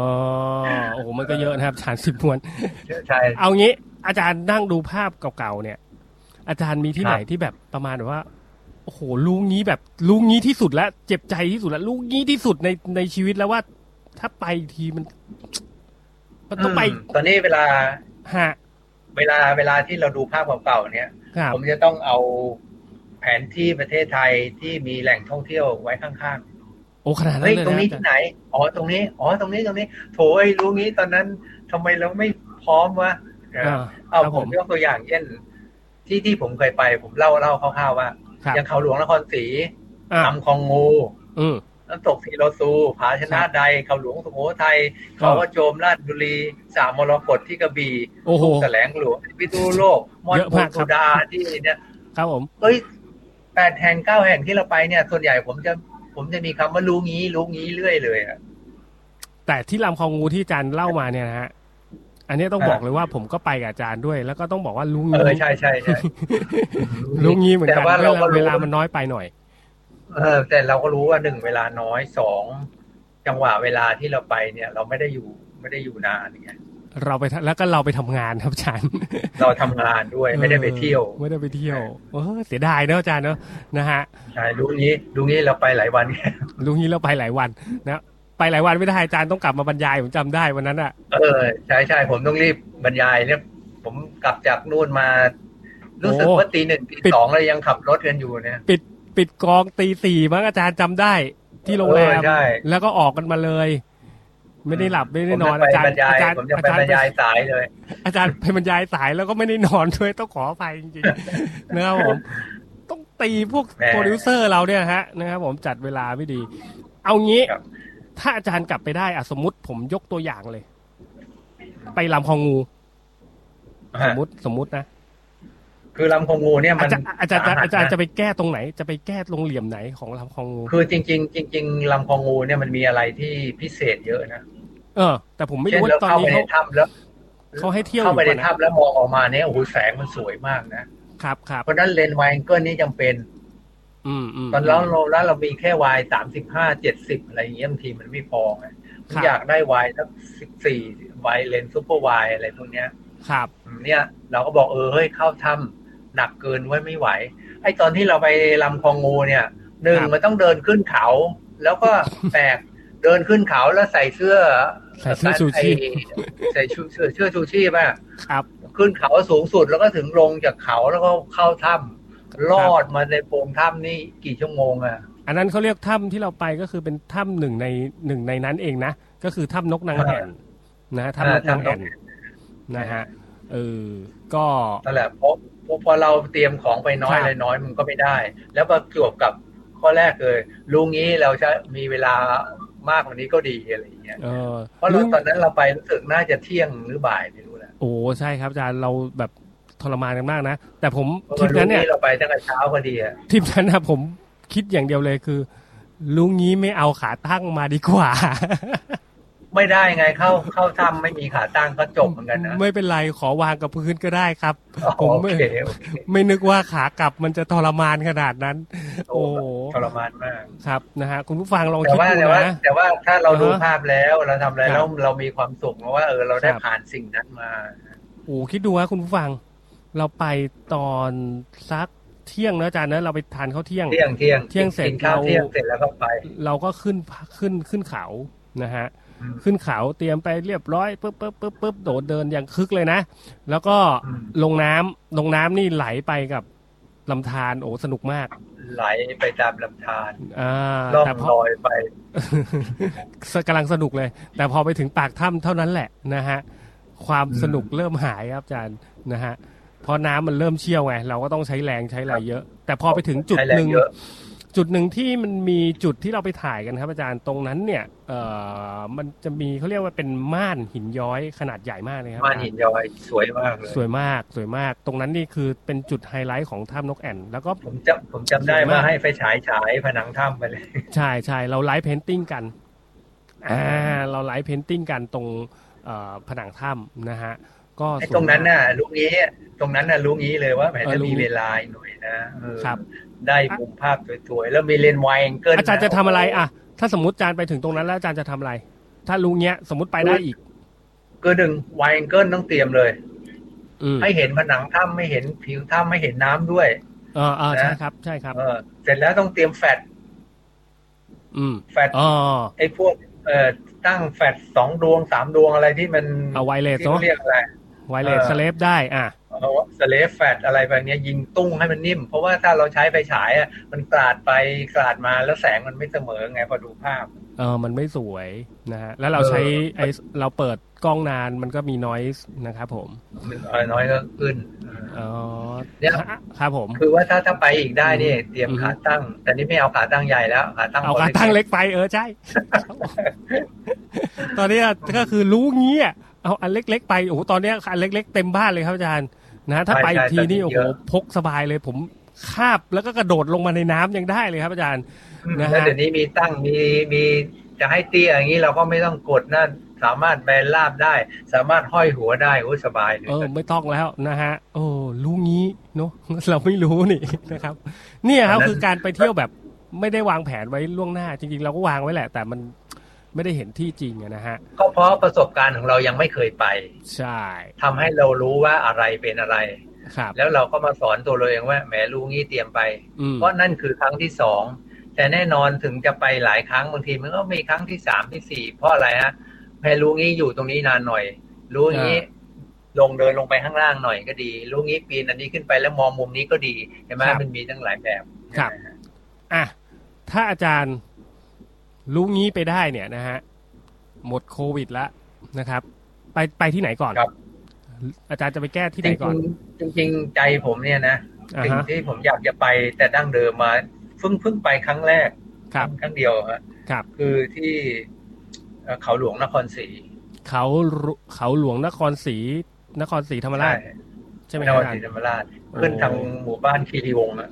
Speaker 3: โอ้โหมันก็เยอะนะครับอาจารย์สิบมวน
Speaker 4: ใช่
Speaker 3: เอางี้อาจารย์นั่งดูภาพเก่าๆเนี่ย อาจารย์มีที่
Speaker 4: ครับ
Speaker 3: ไหนที่แบบประมาณแบบว่าโอ้โหลูกนี้แบบลูกนี้ที่สุดแล้วเจ็บใจที่สุดแล้วลูกนี้ที่สุดในในชีวิตแล้วว่า ถ้าไปอีกทีมันมันต้องไป
Speaker 4: อืมตอนนี้เวลา
Speaker 3: ฮะ
Speaker 4: เวลาเวลาที่เราดูภาพเก่าๆเนี่ย
Speaker 3: ครับ
Speaker 4: ผมจะต้องเอาแผนที่ประเทศไทยที่มีแหล่งท่องเที่ยวไว้ข้าง
Speaker 3: โอ้ขนาด
Speaker 4: ๆ
Speaker 3: นั้
Speaker 4: เฮ้
Speaker 3: น
Speaker 4: ย
Speaker 3: เลย
Speaker 4: ตรง
Speaker 3: นะ
Speaker 4: นี้
Speaker 3: อาจาร
Speaker 4: ที่
Speaker 3: ย์
Speaker 4: ไหน อ๋อตรงนี้อ๋อตรงนี้ตรงนี้ โถไอ้รู้งี้ตอนนั้นทำไมเราไม่พร้อมวะเออ
Speaker 3: อ่าค
Speaker 4: เอา
Speaker 3: รับ
Speaker 4: ผ
Speaker 3: ผม ม
Speaker 4: ยกตัวอย่างเช่น ที่ที่ผมเคยไปผมเล่าเล่าคร่าวๆว่า
Speaker 3: ครับ
Speaker 4: อย่างเขาหลวงนครศรี
Speaker 3: อ่า
Speaker 4: อำคองงู
Speaker 3: อืม
Speaker 4: น้ำตกสีโลซูผาชนะใด เขาหลวงสุโขทัยเขาว่าโจมราชบุรีสามมรกตที่กระบี่
Speaker 3: โอ้โห
Speaker 4: ลูกแสลงหลวงพิตูโลกมอน
Speaker 3: เยอะ
Speaker 4: โก
Speaker 3: มากครับ
Speaker 4: สุดาที่เนี่ย
Speaker 3: ครับผม
Speaker 4: เอ้ยแปดแห่งเก้าแห่งที่เราไปเนี่ย ส่วนใหญ่ผมจะผมจะมีคำว่ารู้งี้รู้งี้เรื่อยเลยอะ
Speaker 3: แต่ที่ลำคลองงูที่อาจารย์เล่ามาเนี่ยนะฮะอันนี้ต้องบอกเลยว่าผมก็ไปกับอาจารย์ด้วย แล้วก็ต้องบอกว่าลุง
Speaker 4: เออ
Speaker 3: นี้
Speaker 4: ใช่ใช่ใช่
Speaker 3: ลุงนี้เหมือนกั
Speaker 4: แต่
Speaker 3: น
Speaker 4: ว่าเราก็รู้
Speaker 3: เวลามันน้อยไปหน่อย
Speaker 4: เออแต่เราก็รู้ว่าหนึ่งเวลาน้อยสองจังหวะเวลาที่เราไปเนี่ย เราไม่ได้อยู่ไม่ได้อยู่นานไง
Speaker 3: เราไปทำแล้วก็เราไปทำงานครับอาจารย์
Speaker 4: เราทำงานด้วยไม่ได้ไปเที่ยว
Speaker 3: ไม่ได้ไปเที่ยวเออเสียดายเนอะอาจารย์เนอะนะฮะ
Speaker 4: ใช่รู้งี้รู้งี้เราไปหลายวันไง
Speaker 3: ลุงนี้เราไปหลายวันนะไปหลายวันไม่ได้อาจารย์ต้องกลับมาบรรยายผมจำได้วันนั้นอ่ะ
Speaker 4: เออใช่ใช่ผมต้องรีบบรรยายเนี่ย ผมกลับจากนู่นมา รู้สึกว่าตีหนึ่งตีสองเลยยังขับรถกันอยู่เนี่ย
Speaker 3: ปิดกองตีสี่มั้งอาจารย์จำได้ ที่โรงแรม
Speaker 4: เออใช่
Speaker 3: แล้วก็ออกกันมาเลย ไม่ได้หลับไม่ได้นอน
Speaker 4: ผม
Speaker 3: อาจ
Speaker 4: จะ
Speaker 3: าร
Speaker 4: ไปบร
Speaker 3: ย์อาจารย์อาจาร
Speaker 4: รยายผมจะไปบร
Speaker 3: ย์
Speaker 4: รยายสายเลย
Speaker 3: อาจารย์ ไปบรรยายสายแล้วก็ไม่ได้นอนด้วยต้องขออภัยจริงๆ นะครับผมต้องตีพวก
Speaker 4: แหม
Speaker 3: โปรดิวเซอร์เราเนี่ยฮะนะครับผมจัดเวลาไม่ดี เอางี้
Speaker 4: ครับ
Speaker 3: ถ้าอาจารย์กลับไปได้อะสมมติผมยกตัวอย่างเลย ไปลำคลองงู สมมติสมมตินะ
Speaker 4: คือลำคงงูเนี่ยมั
Speaker 3: อาน จารย์อาจารย์อาจารย์อาจารย์
Speaker 4: สหัสน
Speaker 3: จะไปแก้ตรงไหน จะไปแก้ตรงเหลี่ยมไหนของลำคลองงู
Speaker 4: คือจริง ๆ จริง ๆลำคงงูเนี่ยมันมีอะไรที่พิเศษเยอะนะ
Speaker 3: เออ แต่ผมไม่
Speaker 4: เช่น
Speaker 3: รู้
Speaker 4: เรา
Speaker 3: ว่าตอน
Speaker 4: เข้า
Speaker 3: นี้
Speaker 4: ไปใน
Speaker 3: เขา
Speaker 4: ถ้ำแล้ว
Speaker 3: เขาให้เที่ยวอ
Speaker 4: เข้า
Speaker 3: ยู่
Speaker 4: ไปใน
Speaker 3: ป่ะนะ
Speaker 4: ถ้ำแล้วมองออกมาเนี่ยโอ้โหแสงมันสวยมากนะครับ
Speaker 3: ครับ
Speaker 4: เพราะฉะนั้นเลนส์ไวน์แองเกิลนี่จำเป็น
Speaker 3: อืมอืม
Speaker 4: ตอนเราเราแล้วเรามีแค่วายสามสิบห้าเจ็ดสิบอะไรอย่างเงี้ยบางทีมันไม่พอไงผม
Speaker 3: ครับ
Speaker 4: อยากได้วายสักสิบสี่วายเลนซูเปอร์วายอะไรพวกเนี้ย
Speaker 3: ครับ
Speaker 4: เนี่ย เราก็บอกเออเฮ้ยเข้าทำหนักเกินไว้ไม่ไหว ไอ้ตอนที่เราไปลำคลองงูเนี่ยหนึ่งมันต้องเดินขึ้นเขา แล้ว ก็แปลกเดินขึ้นเขาแล้วใส่เสื้อ
Speaker 3: ใส่เสื้อชูชีพ
Speaker 4: ไอ้ใส่ชูเสื้อเสื้อชูชีพอ่ะ
Speaker 3: ครับ
Speaker 4: ขึ้นเขาสูงสุดแล้วก็ถึงลงจากเขาแล้วก็เข้าถ้ำลอดมาในโพรงถ้ำนี่กี่ชั่วโมงอะ
Speaker 3: อันนั้นเขาเรียกถ้ำที่เราไปก็คือเป็นถ้ำหนึ่งในหนึ่งในนั้นเองนะ ก็คือถ้ำนกนางแอ่นนะฮะถ้ำนกนางแอ่นนะฮะเออก็
Speaker 4: นั่นแหละเพราะเพราะพอเราเตรียมของไปน้อ
Speaker 3: ค
Speaker 4: ย
Speaker 3: รับ
Speaker 4: อะไรน้อยมันก็ไม่ได้ แล้วประจวบกับข้อแรกเลยลุงนี้เราจะมีเวลามากกว่านี้ก็ดีอะไรอย่างเงี้ย
Speaker 3: เออ
Speaker 4: เพราะเรา
Speaker 3: ลุง
Speaker 4: ตอนนั้นเราไปรู้สึกน่าจะเที่ยงหรือบ่ายไม่รู้แหละ
Speaker 3: โอ้ใช่ครับอาจารย์เราแบบทรมานกันมากนะ แต่ผม
Speaker 4: เพราะ
Speaker 3: ทริป
Speaker 4: ว่าลุ
Speaker 3: นั้
Speaker 4: ง
Speaker 3: นเนี่ย
Speaker 4: นี้เราไปตั้งแต่เช้าพอดีอะ
Speaker 3: ทริปนั้นนะผมคิดอย่างเดียวเลยคือ ลุงงี้ไม่เอาขาตั้งมาดีกว่า
Speaker 4: ไม่ได้ไงเข้าเข้าถ้ำไม่มีขาตั้งก็จบเหมือนกันนะ
Speaker 3: ไม่เป็นไรขอวางกับพื้นก็ได้ครับ
Speaker 4: อ๋อ
Speaker 3: ผม
Speaker 4: โอ
Speaker 3: ไม่
Speaker 4: เค
Speaker 3: ไม่นึกว่าขากลับมันจะทรมานขนาดนั้น
Speaker 4: โอ้
Speaker 3: โอ้โห
Speaker 4: ทรมานมาก
Speaker 3: ครับนะฮะคุณผู้ฟังลอง
Speaker 4: แต่
Speaker 3: คิด
Speaker 4: ว่า
Speaker 3: ดู
Speaker 4: แต่ว่า
Speaker 3: นะ
Speaker 4: แต่ว่าถ้าเรา
Speaker 3: อ่าฮะ
Speaker 4: ดูภาพแล้วเราทำอะไร
Speaker 3: ครับ
Speaker 4: แล้วเรามีความสุขเพราะว่าเออเราได้
Speaker 3: ครับ
Speaker 4: ผ่านสิ่งนั้นมา
Speaker 3: โอ้คิดดูว่าคุณผู้ฟัง เราไปตอนสักเที่ยงนะอาจารย์นะเราไปทานข้าวเที่ยง
Speaker 4: เที่ยงเที่ยง
Speaker 3: เที่ยงเสร็จ
Speaker 4: กินข้าว
Speaker 3: เรา
Speaker 4: เที่ยงเสร็จแล้วก็ไป
Speaker 3: เราก็ขึ้นขึ้นขึ้นเขานะฮะ
Speaker 4: อืม
Speaker 3: ขึ้นเขาเตรียมไปเรียบร้อยปุ๊บปุ๊บปุ๊บปุ๊บโดดเดินอย่างคึกเลยนะ แล้วก็
Speaker 4: อืม
Speaker 3: ลงน้ำลงน้ำนี่ไหลไปกับลำธารโอ้สนุกมาก
Speaker 4: ไหลไปตามลำธาร
Speaker 3: อ่า
Speaker 4: ล่อง
Speaker 3: แต่พอ
Speaker 4: ลอยไป
Speaker 3: กำลังสนุกเลย แต่พอไปถึงปากถ้ำเท่านั้นแหละนะฮะความสนุกเริ่มหายครับอาจารย์นะฮะเพราะน้ำมันเริ่มเชี่ยวไงเราก็ต้องใช้แรงใช้อะไรเยอะ แต่พอไปถึงจุด
Speaker 4: ใช้แรง
Speaker 3: หนึ่ง
Speaker 4: เยอะ
Speaker 3: จุดหนึ่งที่มันมีจุดที่เราไปถ่ายกันครับ อาจารย์ตรงนั้นเนี่ยเอ่อมันจะมีเขาเรียกว่าเป็นม่านหินย้อยขนาดใหญ่มากเลยครับ
Speaker 4: ม่านหินย้อยสวยมากเลย
Speaker 3: สวยมากสวยมาก ตรงนั้นนี่คือเป็นจุดไฮไลท์ของถ้ำนกแอ่นแล้วก็
Speaker 4: ผมจำผมจำได้ว่าให้ไฟฉายฉายผนังถ้ำไปเลย
Speaker 3: ใช่ใช่เราไลฟ์เพนติ้งกันอ่าเราไลฟ์เพนติ้งกันตรงเอ่อผนังถ้ำนะฮะก็
Speaker 4: ไอ้
Speaker 3: สวย
Speaker 4: ตรงนั้น
Speaker 3: มาก
Speaker 4: น่ะรู้งี้ตรงนั้นน่ะรู้งี้เลยว่าแหม
Speaker 3: เออ
Speaker 4: จะ
Speaker 3: รู้
Speaker 4: มีเวลาอีกหน่อยนะครับ เออได้มุมภาพสวยๆแล้วมีเลนส์ไวแองเกิล
Speaker 3: อาจารย์จะทำอะไรอ่ะถ้าสมมติอาจารย์ไปถึงตรงนั้นแล้วอาจารย์จะทำอะไร ถ้ารู้เงี้ยสมมติไปได้อีก
Speaker 4: คือหนึ่งไวแองเกิลต้องเตรียมเลย
Speaker 3: อืม
Speaker 4: ให้เห็นผนังถ้ำไม่เห็นผิวถ้ำไม่เห็นน้ำด้วย
Speaker 3: เออเออใช่ครับใช่ครับ
Speaker 4: เออ เสร็จแล้วต้องเตรียมแฟลช
Speaker 3: อืม
Speaker 4: แฟลช
Speaker 3: อ๋อ
Speaker 4: ไอ้พวกเอ่อตั้งแฟลชสองดวงสามดวงอะไรที่มัน
Speaker 3: เอาไวเลส
Speaker 4: ที่
Speaker 3: เนาะ
Speaker 4: เขาเรียกอะไร
Speaker 3: ไวเลส
Speaker 4: เออ
Speaker 3: สเลปได้อ่ะ
Speaker 4: เอาสเลฟแฟลชอะไรแบบเนี้ยยิงตุ้งให้มันนิ่ม เพราะว่าถ้าเราใช้ไฟฉายอะมันกลาดไปกลาดมาแล้วแสงมันไม่เสมอไงพอดูภาพ
Speaker 3: เออมันไม่สวยนะฮะแล้วเราใช้
Speaker 4: เออ
Speaker 3: ไอเราเปิดกล้องนานมันก็มีนอยส์นะครับผม
Speaker 4: มันน้อยก็ขึ้น
Speaker 3: อ๋อ
Speaker 4: เนี่ย
Speaker 3: ครับผม
Speaker 4: คือว่าถ้าถ้าไปอีกได้นี่เตรียม
Speaker 3: อือฮึ
Speaker 4: ขาตั้ง แต่นี่ไม่เอาขาตั้งใหญ่แล้วขาตั้ง
Speaker 3: เอากระตั้งเล็กไปเออใช่ ตอนเนี้ยก็คือรู้งี้อ่ะเอาอันเล็ก ๆ ไปโอ้โหตอนเนี้ยอันเล็ก ๆ เต็มบ้านเลยครับอาจารย์นะถ้าไปอีกทีนี่โอ้โหพกสบายเลย ผมคาบแล้วก็กระโดดลงมาในน้ำยังได้เลยครับอาจารย์
Speaker 4: อืม
Speaker 3: นะฮะ
Speaker 4: แล้วเดี๋ยวนี้มีตั้งมีมีจะให้เตี้ยอย่างนี้เราก็ไม่ต้องกดนั่นสามารถแบนราบได้ สามารถห้อยหัวได้โอ้ยสบายเลย
Speaker 3: เออไม่ต้องแล้วนะฮะโอ้รู้งี้เนาะ เราไม่รู้นี่ นะครับ เนี่ยครับคือการไปเที่ยวแบบไม่ได้วางแผนไว้ล่วงหน้า จริงๆ เราก็วางไว้แหละ แต่มันไม่ได้เห็นที่จริงอะนะฮะ
Speaker 4: ก็เพราะประสบการณ์ของเรายังไม่เคยไป
Speaker 3: ใช่
Speaker 4: ทำให้เรารู้ว่าอะไรเป็นอะไร
Speaker 3: ครับ
Speaker 4: แล้วเราก็มาสอนตัวเราเองว่าแหมรู้งี้เตรียมไป
Speaker 3: อืม
Speaker 4: เพราะนั่นคือครั้งที่สอง แต่แน่นอนถึงจะไปหลายครั้งบางทีมันก็มีครั้งที่สามที่สี่เพราะอะไรฮะแพรรู้งี้อยู่ตรงนี้นานหน่อย รู้งี้ ลงเดินลงไปข้างล่างหน่อยก็ดี รู้งี้ปีนอันนี้ขึ้นไปแล้วมองมุมนี้ก็ดีเห็นไหมมันมีทั้งหลายแบบ
Speaker 3: ครับอ่ะถ้าอาจารย์รู้งี้ไปได้เนี่ยนะฮะหมดโควิดแล้วนะครับ ไปไปที่ไหนก่อนอาจารย์จะไปแก้ที่ไหน
Speaker 4: จริง
Speaker 3: ก่อน
Speaker 4: ๆจริงๆใจผมเนี่ยนะ
Speaker 3: อ่า
Speaker 4: สิ่ง
Speaker 3: ฮะ
Speaker 4: ที่ผมอยากจะไปแต่ดั้งเดิมมาเพิ่งเพิ่งไปครั้งแรก
Speaker 3: ครับ
Speaker 4: ครั้งเดียวฮะ
Speaker 3: ครับ
Speaker 4: คือที่เอ่อเขาหลวงนครศรี
Speaker 3: เขารุเขาหลวงนครศรีนครศรีธรรมราช
Speaker 4: ใช่
Speaker 3: ใช่ไหม
Speaker 4: น
Speaker 3: ครับ
Speaker 4: คร
Speaker 3: อาจาร
Speaker 4: ศรี
Speaker 3: ย์
Speaker 4: ธรรมราชขึ้นทางหมู่บ้านคีรีวงศ์อะ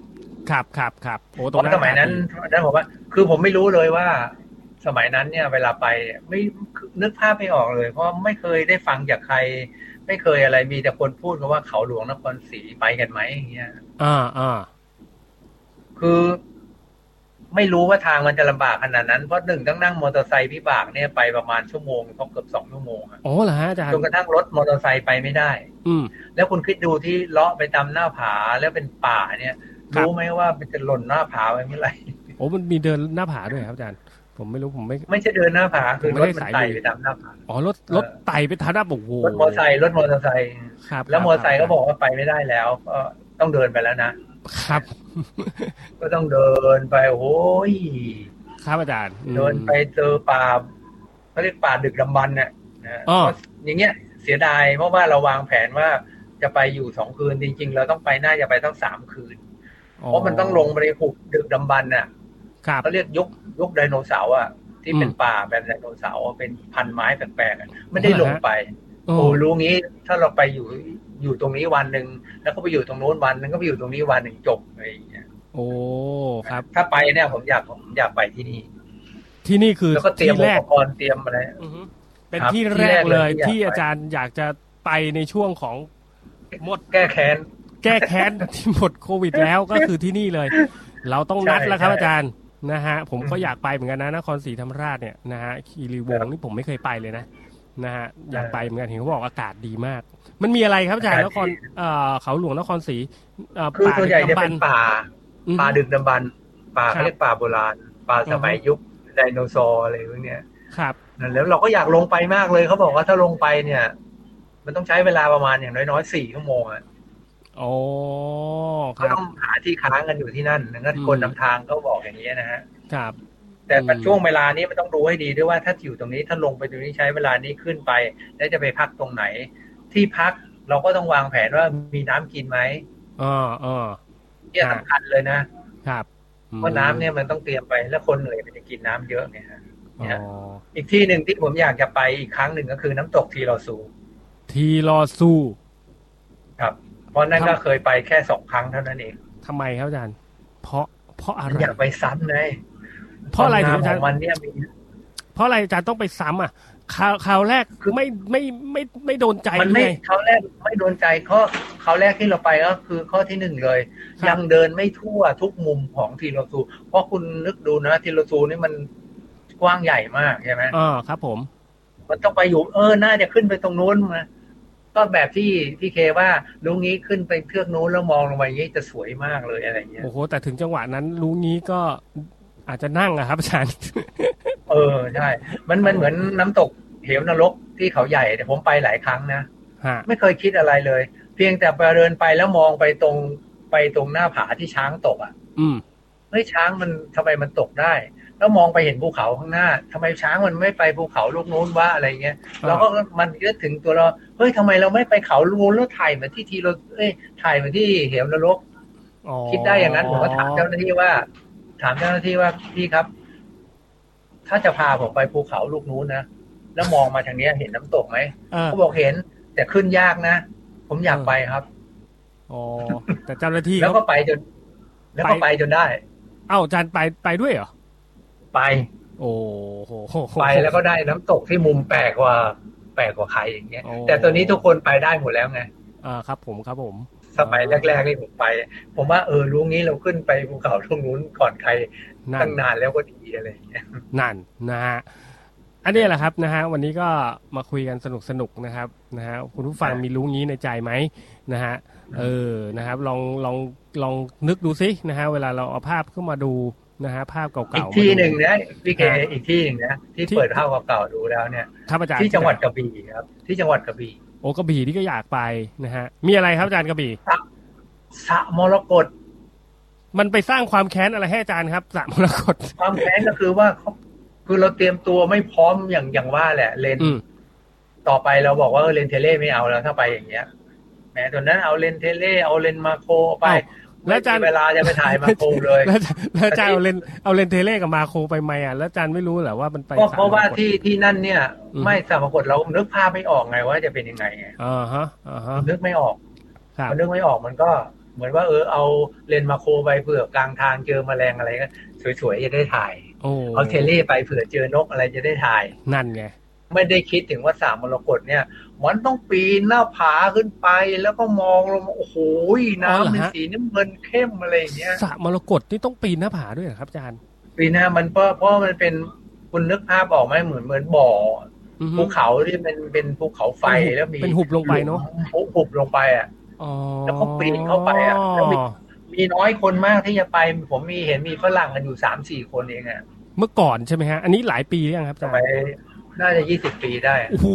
Speaker 3: ครับครับครับโอ้ตรง
Speaker 4: เพ
Speaker 3: นั้น
Speaker 4: ราะสมัยนั้นนั้นผมว่า คือผมไม่รู้เลยว่า สมัยนั้นเนี่ย เวลาไปไม่นึกภาพไม่ออกเลย เพราะไม่เคยได้ฟังจากใคร ไม่เคยอะไรมีแต่คนพูดกันว่าเขาหลวงนครศรีไปกันไหมอย่างเงี้ย
Speaker 3: อ่าอ่า
Speaker 4: คือ ไม่รู้ว่าทางมันจะลำบากขนาดนั้นเพราะหนึ่งต้องนั่งมอเตอร์ไซค์พิบากเนี่ยไปประมาณชั่วโมงก็เกือบสองชั่วโมงอะ
Speaker 3: โอ้เหรอฮะอาจารย์
Speaker 4: จนกระทั่งรถมอเตอร์ไซค์ไปไม่ได้
Speaker 3: อืม
Speaker 4: แล้วคุณคิดดูที่เลาะไปตามหน้าผาแล้วเป็นป่าเนี่ย
Speaker 3: ครับ
Speaker 4: รู้ไหมว่ามันจะหล่นหน้าผาไปเมื่อไหร่
Speaker 3: โอ้มันมีเดินหน้าผาด้วยครับอาจารย์ ผมไม่รู้ผมไม่
Speaker 4: ไม่ใช่เดินหน้าผาคือรถมัน
Speaker 3: ไม่ได้สา
Speaker 4: ไต่
Speaker 3: ยลุย
Speaker 4: ไปตามหน้าผา
Speaker 3: อ๋อรถ
Speaker 4: เออ
Speaker 3: รถไต่ไปทันอ่ะโอ้โห
Speaker 4: รถมอเตอร์ไซค์รถมอเตอร์ไซค์
Speaker 3: ครับ
Speaker 4: แล้วมอเตอร์ไซค์
Speaker 3: ค
Speaker 4: ก็
Speaker 3: รั
Speaker 4: บอกว่าไปไม่ได้แล้วก็ต้องเดินไปแล้วนะครับ ก็ต้องเดินไปโอ้ย
Speaker 3: ครับอาจารย์อืม
Speaker 4: เดินไปเจอป่าเขาเรียกป่าดึกดำบรรพ์เนี่ยนะ
Speaker 3: อ้อ
Speaker 4: อย่างเงี้ยเสียดายเพราะว่าเราวางแผนว่าจะไปอยู่สองคืนจริง ๆ เราต้องไปน่าจะไปต้องสามคืน เพราะมันต้องลงไปในหุบดึกดำบรรพ์น่ะ
Speaker 3: ครับ
Speaker 4: เขาเรียกยุคยุคไดโนเสาร์อ่ะที่เป็น
Speaker 3: อืม
Speaker 4: ป่าแบบไดโนเสาร์อะเป็นพันไม้แปลกๆอะไม่ได้ลง
Speaker 3: ฮะ
Speaker 4: ไป
Speaker 3: โอ้
Speaker 4: โอ้รู้งี้ถ้าเราไปอยู่อยู่ตรงนี้วันหนึ่งแล้วก็ไปอยู่ตรงโน้นวันหนึงก็ไปอยู่ตรงนี้วันหนึ่งจบอะไรอย่างเงี้ย
Speaker 3: โอ้ครับ
Speaker 4: ถ้าไปเนี่ยผมอยากผมอยากไปที่นี่
Speaker 3: ที่นี่คือ
Speaker 4: แล้วก็เตรียม
Speaker 3: ที่
Speaker 4: อุ
Speaker 3: แรก
Speaker 4: ปกรณ์เตรียมอะไร
Speaker 3: อือฮึเป็น
Speaker 4: ครับ
Speaker 3: ที่
Speaker 4: ที่
Speaker 3: แรก
Speaker 4: แรก
Speaker 3: เล
Speaker 4: เลย ยที่
Speaker 3: ที่
Speaker 4: อยากไป
Speaker 3: อาจารย์อยากจะไปในช่วงของหมด
Speaker 4: แก้แค้น
Speaker 3: แก้แค้น ที่หมดโควิดแล้วก็คือที่นี่เลย เราต้องนัด
Speaker 4: ใช่
Speaker 3: แล้วครับ
Speaker 4: ใช่
Speaker 3: อาจารย์นะฮะ ผมก็
Speaker 4: อืม
Speaker 3: อยากไปเหมือนกันนะนครศรีธรรมราชเนี่ยนะฮะคีรีวง
Speaker 4: ครั
Speaker 3: ศ์
Speaker 4: บ
Speaker 3: นี่ผมไม่เคยไปเลยนะนะฮะอยาก
Speaker 4: เออ
Speaker 3: ไปเหมือนกันเห็นเขาบอกอากาศดีมาก มันมีอะไรครับอาจารย์น
Speaker 4: อากา
Speaker 3: ค
Speaker 4: ศ
Speaker 3: ร
Speaker 4: ดี
Speaker 3: เอ่อเขาหลวงนครศรีเอ่อ
Speaker 4: คือ
Speaker 3: ป่า
Speaker 4: ส่วนใหญ่จะเป็นป่า
Speaker 3: อืม
Speaker 4: ป่าดึกดำบรรพ์ป่า
Speaker 3: ครับ
Speaker 4: เขาเรียกป่าโบราณ ป่าสมัย
Speaker 3: อือฮึ
Speaker 4: ยุคไดโนเสาร์อะไรพวกเนี้ย
Speaker 3: ครับ
Speaker 4: นั่นแล้วเราก็อยากลงไปมากเลยเขาบอกว่าถ้าลงไปเนี่ย มันต้องใช้เวลาประมาณอย่างน้อยๆสี่ชั่วโมงอะ
Speaker 3: โอ้ค
Speaker 4: ก็
Speaker 3: รับ
Speaker 4: ต้องหาที่ค้างกันอยู่ที่นั่นนั่นก็
Speaker 3: อืม
Speaker 4: คนนำทางก็บอกอย่างนี้ยนะฮะ
Speaker 3: ครับ
Speaker 4: แต่
Speaker 3: อืม
Speaker 4: ช่วงเวลานี้มันต้องดูให้ดีด้วยว่าถ้าอยู่ตรงนี้ถ้าลงไปตรงนี้ใช้เวลานี้ขึ้นไป แล้วจะไปพักตรงไหน ที่พักเราก็ต้องวางแผนว่ามีน้ำกินไหม
Speaker 3: อ่าอ่า
Speaker 4: เนี่ย
Speaker 3: ครับ
Speaker 4: สำคัญเลยนะ
Speaker 3: ครับ
Speaker 4: เพราะน้ำเนี่ยมันต้องเตรียมไปแล้วคนเหนื่อยมันจะกินน้ำเยอะเนี่ยฮะ
Speaker 3: อ๋อ
Speaker 4: อีกที่หนึ่งที่ผมอยากจะไปอีกครั้งหนึ่งก็คือน้ำตกทีลอซู
Speaker 3: ทีลอซู
Speaker 4: ครับ เพราะนั่นก็เคยไปแค่สองครั้งเท่านั้นเอง
Speaker 3: ทำไมครับอาจารย์ เพราะเพราะอะ
Speaker 4: ผม
Speaker 3: ไร
Speaker 4: อยากไปซ้ำเลย
Speaker 3: เพราะอะไรถึงอา
Speaker 4: คว
Speaker 3: จาง
Speaker 4: มาร ม
Speaker 3: ย์
Speaker 4: ของมันเนี่ยมี
Speaker 3: เพราะอะไรอาจารย์ต้องไปซ้ำอ่ะข่าวข่าวแรก
Speaker 4: คือ
Speaker 3: ไม่ไม่ไม่ไม่โดนใจ
Speaker 4: มันไม่
Speaker 3: เลย
Speaker 4: เขาแรกไม่โดนใจข้อเขาแรกที่เราไปก็คือข้อที่หนึ่งเลย
Speaker 3: ครับ
Speaker 4: ยังเดินไม่ทั่วทุกมุมของทีโรซู เพราะคุณนึกดูนะทีโรซูนี่มันกว้างใหญ่มากใช่ไหม
Speaker 3: อ่าครับ ผม
Speaker 4: มันต้องไปอยู่เออน่าจะขึ้นไปตรงนู้นนะก็แบบที่ที่เคว่าลุงนี้ขึ้นไปเทือกนู้นแล้วมองลงไปอย่างนี้จะสวยมากเลยอะไรเงี้ย
Speaker 3: โอ้โหแต่ถึงจังหวะนั้นรู้งี้ก็อาจจะนั่งอะครับอาจารย์
Speaker 4: เออใช่มันมันเหมือนน้ำตกเหวนรกที่เขาใหญ่แต่ยผมไปหลายครั้งนะ
Speaker 3: ฮะ
Speaker 4: ไม่เคยคิดอะไรเลย เพียงแต่ไปเดินไปแล้วมองไปตรงไปตรงหน้าผาที่ช้างตกอ่ะ
Speaker 3: อืม
Speaker 4: เฮ้ยช้างมันทำไมมันตกได้ แล้วมองไปเห็นภูเขาข้างหน้าทำไมช้างมันไม่ไปภูเขาลูกนู้นวะอะไรเงี้ย
Speaker 3: อ่า
Speaker 4: เราก็มันก็ถึงตัวเราเฮ้ยทำไมเราไม่ไปเขาลูกนู้นแล้วถ่ายมาที่ทีเราเอ้ยถ่ายมาที่เหวนรก
Speaker 3: อ๋อ
Speaker 4: คิดได้อย่างนั้นผมก็ถามเจ้าหน้าที่ว่า ถามเจ้าหน้าที่ว่าพี่ครับ ถ้าจะพาผมไปภูเขาลูกนู้นนะแล้วมองมาทางเนี้ยเห็นน้ำตกไหม
Speaker 3: เออ
Speaker 4: เขาบอกเห็นแต่ขึ้นยากนะ ผมอยากไปครับ
Speaker 3: อ๋อแต่เจ้าหน้าที่
Speaker 4: แล้ว
Speaker 3: เขา
Speaker 4: ก็ไปจน แล้วก็
Speaker 3: ไป
Speaker 4: ไปจนได้
Speaker 3: เอ้าอาจารย์ไปไปด้วยเหรอ
Speaker 4: ไป
Speaker 3: โอ้โห
Speaker 4: ไปแล้วก็ได้น้ำตกที่มุมแปลกกว่า แปลกกว่าใครอย่างเงี้ย
Speaker 3: โอ้
Speaker 4: แต่ตัวนี้ทุกคนไปได้หมดแล้วไง
Speaker 3: อ่าครับ ผมครับผม
Speaker 4: สมัยแรกๆนี่ผมไป ผมว่าเออรู้งี้เราขึ้นไปภูเขาตรงนู้นก่อนใคร
Speaker 3: นั่น
Speaker 4: ตั้งนานแล้วก็ดีอะไรอย่างเงี้ย
Speaker 3: นั่นนะฮะอันนี้แหละครับนะฮะวันนี้ก็มาคุยกันสนุกสนุกๆนะครับนะฮะคุณผู้ฟังมีรู้งี้ในใจไหมนะฮะเออนะครับลองลองลองนึกดูสินะฮะเวลาเราเอาภาพขึ้นมาดูนะฮะภาพเก่าๆ
Speaker 4: อีกที่
Speaker 3: มาดู
Speaker 4: หนึ่งนะพี่เก
Speaker 3: ครับ
Speaker 4: อีกที่หนึ่งนะที่
Speaker 3: ที่
Speaker 4: เปิดภาพเก่าๆดูแล้วเนี่ย
Speaker 3: ครับอาจารย์
Speaker 4: ที่จังหวัดกระบี่ครับ ที่จังหวัดกระบี่
Speaker 3: โอ้กระบี่นี่ก็อยากไปนะฮะมีอะไรครับอาจารย์กระบี่
Speaker 4: สระมรกต
Speaker 3: มันไปสร้างความแค้นอะไรให้อาจารย์ครับสระมรกต
Speaker 4: ความแค้นก็คือว่าเขาคือเราเตรียมตัวไม่พร้อมอย่างอย่างว่าแหละเลน
Speaker 3: อืม
Speaker 4: ต่อไปเราบอกว่าเออเลนเทเล่ไม่เอาแล้วถ้าไปอย่างเงี้ยแหมตอนนั้นเอาเลนเทเล่เอาเลนมาโครไป
Speaker 3: อ้าวแล้วอาจารย์
Speaker 4: ไม่มีเวลาจะไปถ่ายมาโครเลย
Speaker 3: แล้วอาจารย์แล้วอาจารย์เอาเลนเอาเลนเทเล่กับมาโครไปไหมอ่ะแล้วอาจารย์ไม่รู้เหรอว่ามันไป
Speaker 4: ก็
Speaker 3: สม
Speaker 4: เพราะว่า
Speaker 3: คน
Speaker 4: ที่ที่นั่นเนี่ย
Speaker 3: อืม
Speaker 4: ไม่สามารถกดเรานึกภาพไม่ออกไงว่าจะเป็นยังไงไง
Speaker 3: อ่าฮะอ่าฮะ
Speaker 4: นึกไม่ออก
Speaker 3: ครับ
Speaker 4: มันนึกไม่ออกมันก็ เหมือนว่าเออเอาเลนมาโครไปเผื่อกลางทางเจอแมลงอะไรก็สวยๆจะได้ถ่าย
Speaker 3: โอ้
Speaker 4: เอาเทเล่ไปเผื่อเจอนกอะไรจะได้ถ่าย
Speaker 3: นั่นไง
Speaker 4: ไม่ได้คิดถึงว่าสามมรกตเนี่ย มันต้องปีนหน้าผาขึ้นไปแล้วก็มองลงมาโอ้โห
Speaker 3: อ๋อเหรอ
Speaker 4: น้ำเป็น
Speaker 3: ฮะ
Speaker 4: สีน้ำเงินเข้มอะไรอย่างเงี้ย
Speaker 3: สระมรกตนี่ต้องปีนหน้าผาด้วยเหรอครับอาจารย์
Speaker 4: ปีหน้ามันเพราะเพราะมันเป็นคุณนึกภาพออกไหมเหมือนเหมือนบ่อ
Speaker 3: อือฮึ
Speaker 4: ภูเขาที่มันเป็นภูเขาไฟ
Speaker 3: เป็นหุบ
Speaker 4: แล้วมี
Speaker 3: เป็นหุบลงไปเนอะ
Speaker 4: หุบหุบลงไปอ่ะ
Speaker 3: อ๋อ
Speaker 4: แล้วก็ปีนเข้าไปอะแล้วมี มีน้อยคนมากที่จะไป ผมมีเห็นมีฝรั่งกันอยู่สามสี่คนเองอ่ะ
Speaker 3: เมื่อก่อนใช่ไหมฮะ อันนี้หลายปีหรือยังครับอา
Speaker 4: ส
Speaker 3: จาร
Speaker 4: มัย
Speaker 3: ย์
Speaker 4: น่าจะยี่สิบปีได้
Speaker 3: โอ้โห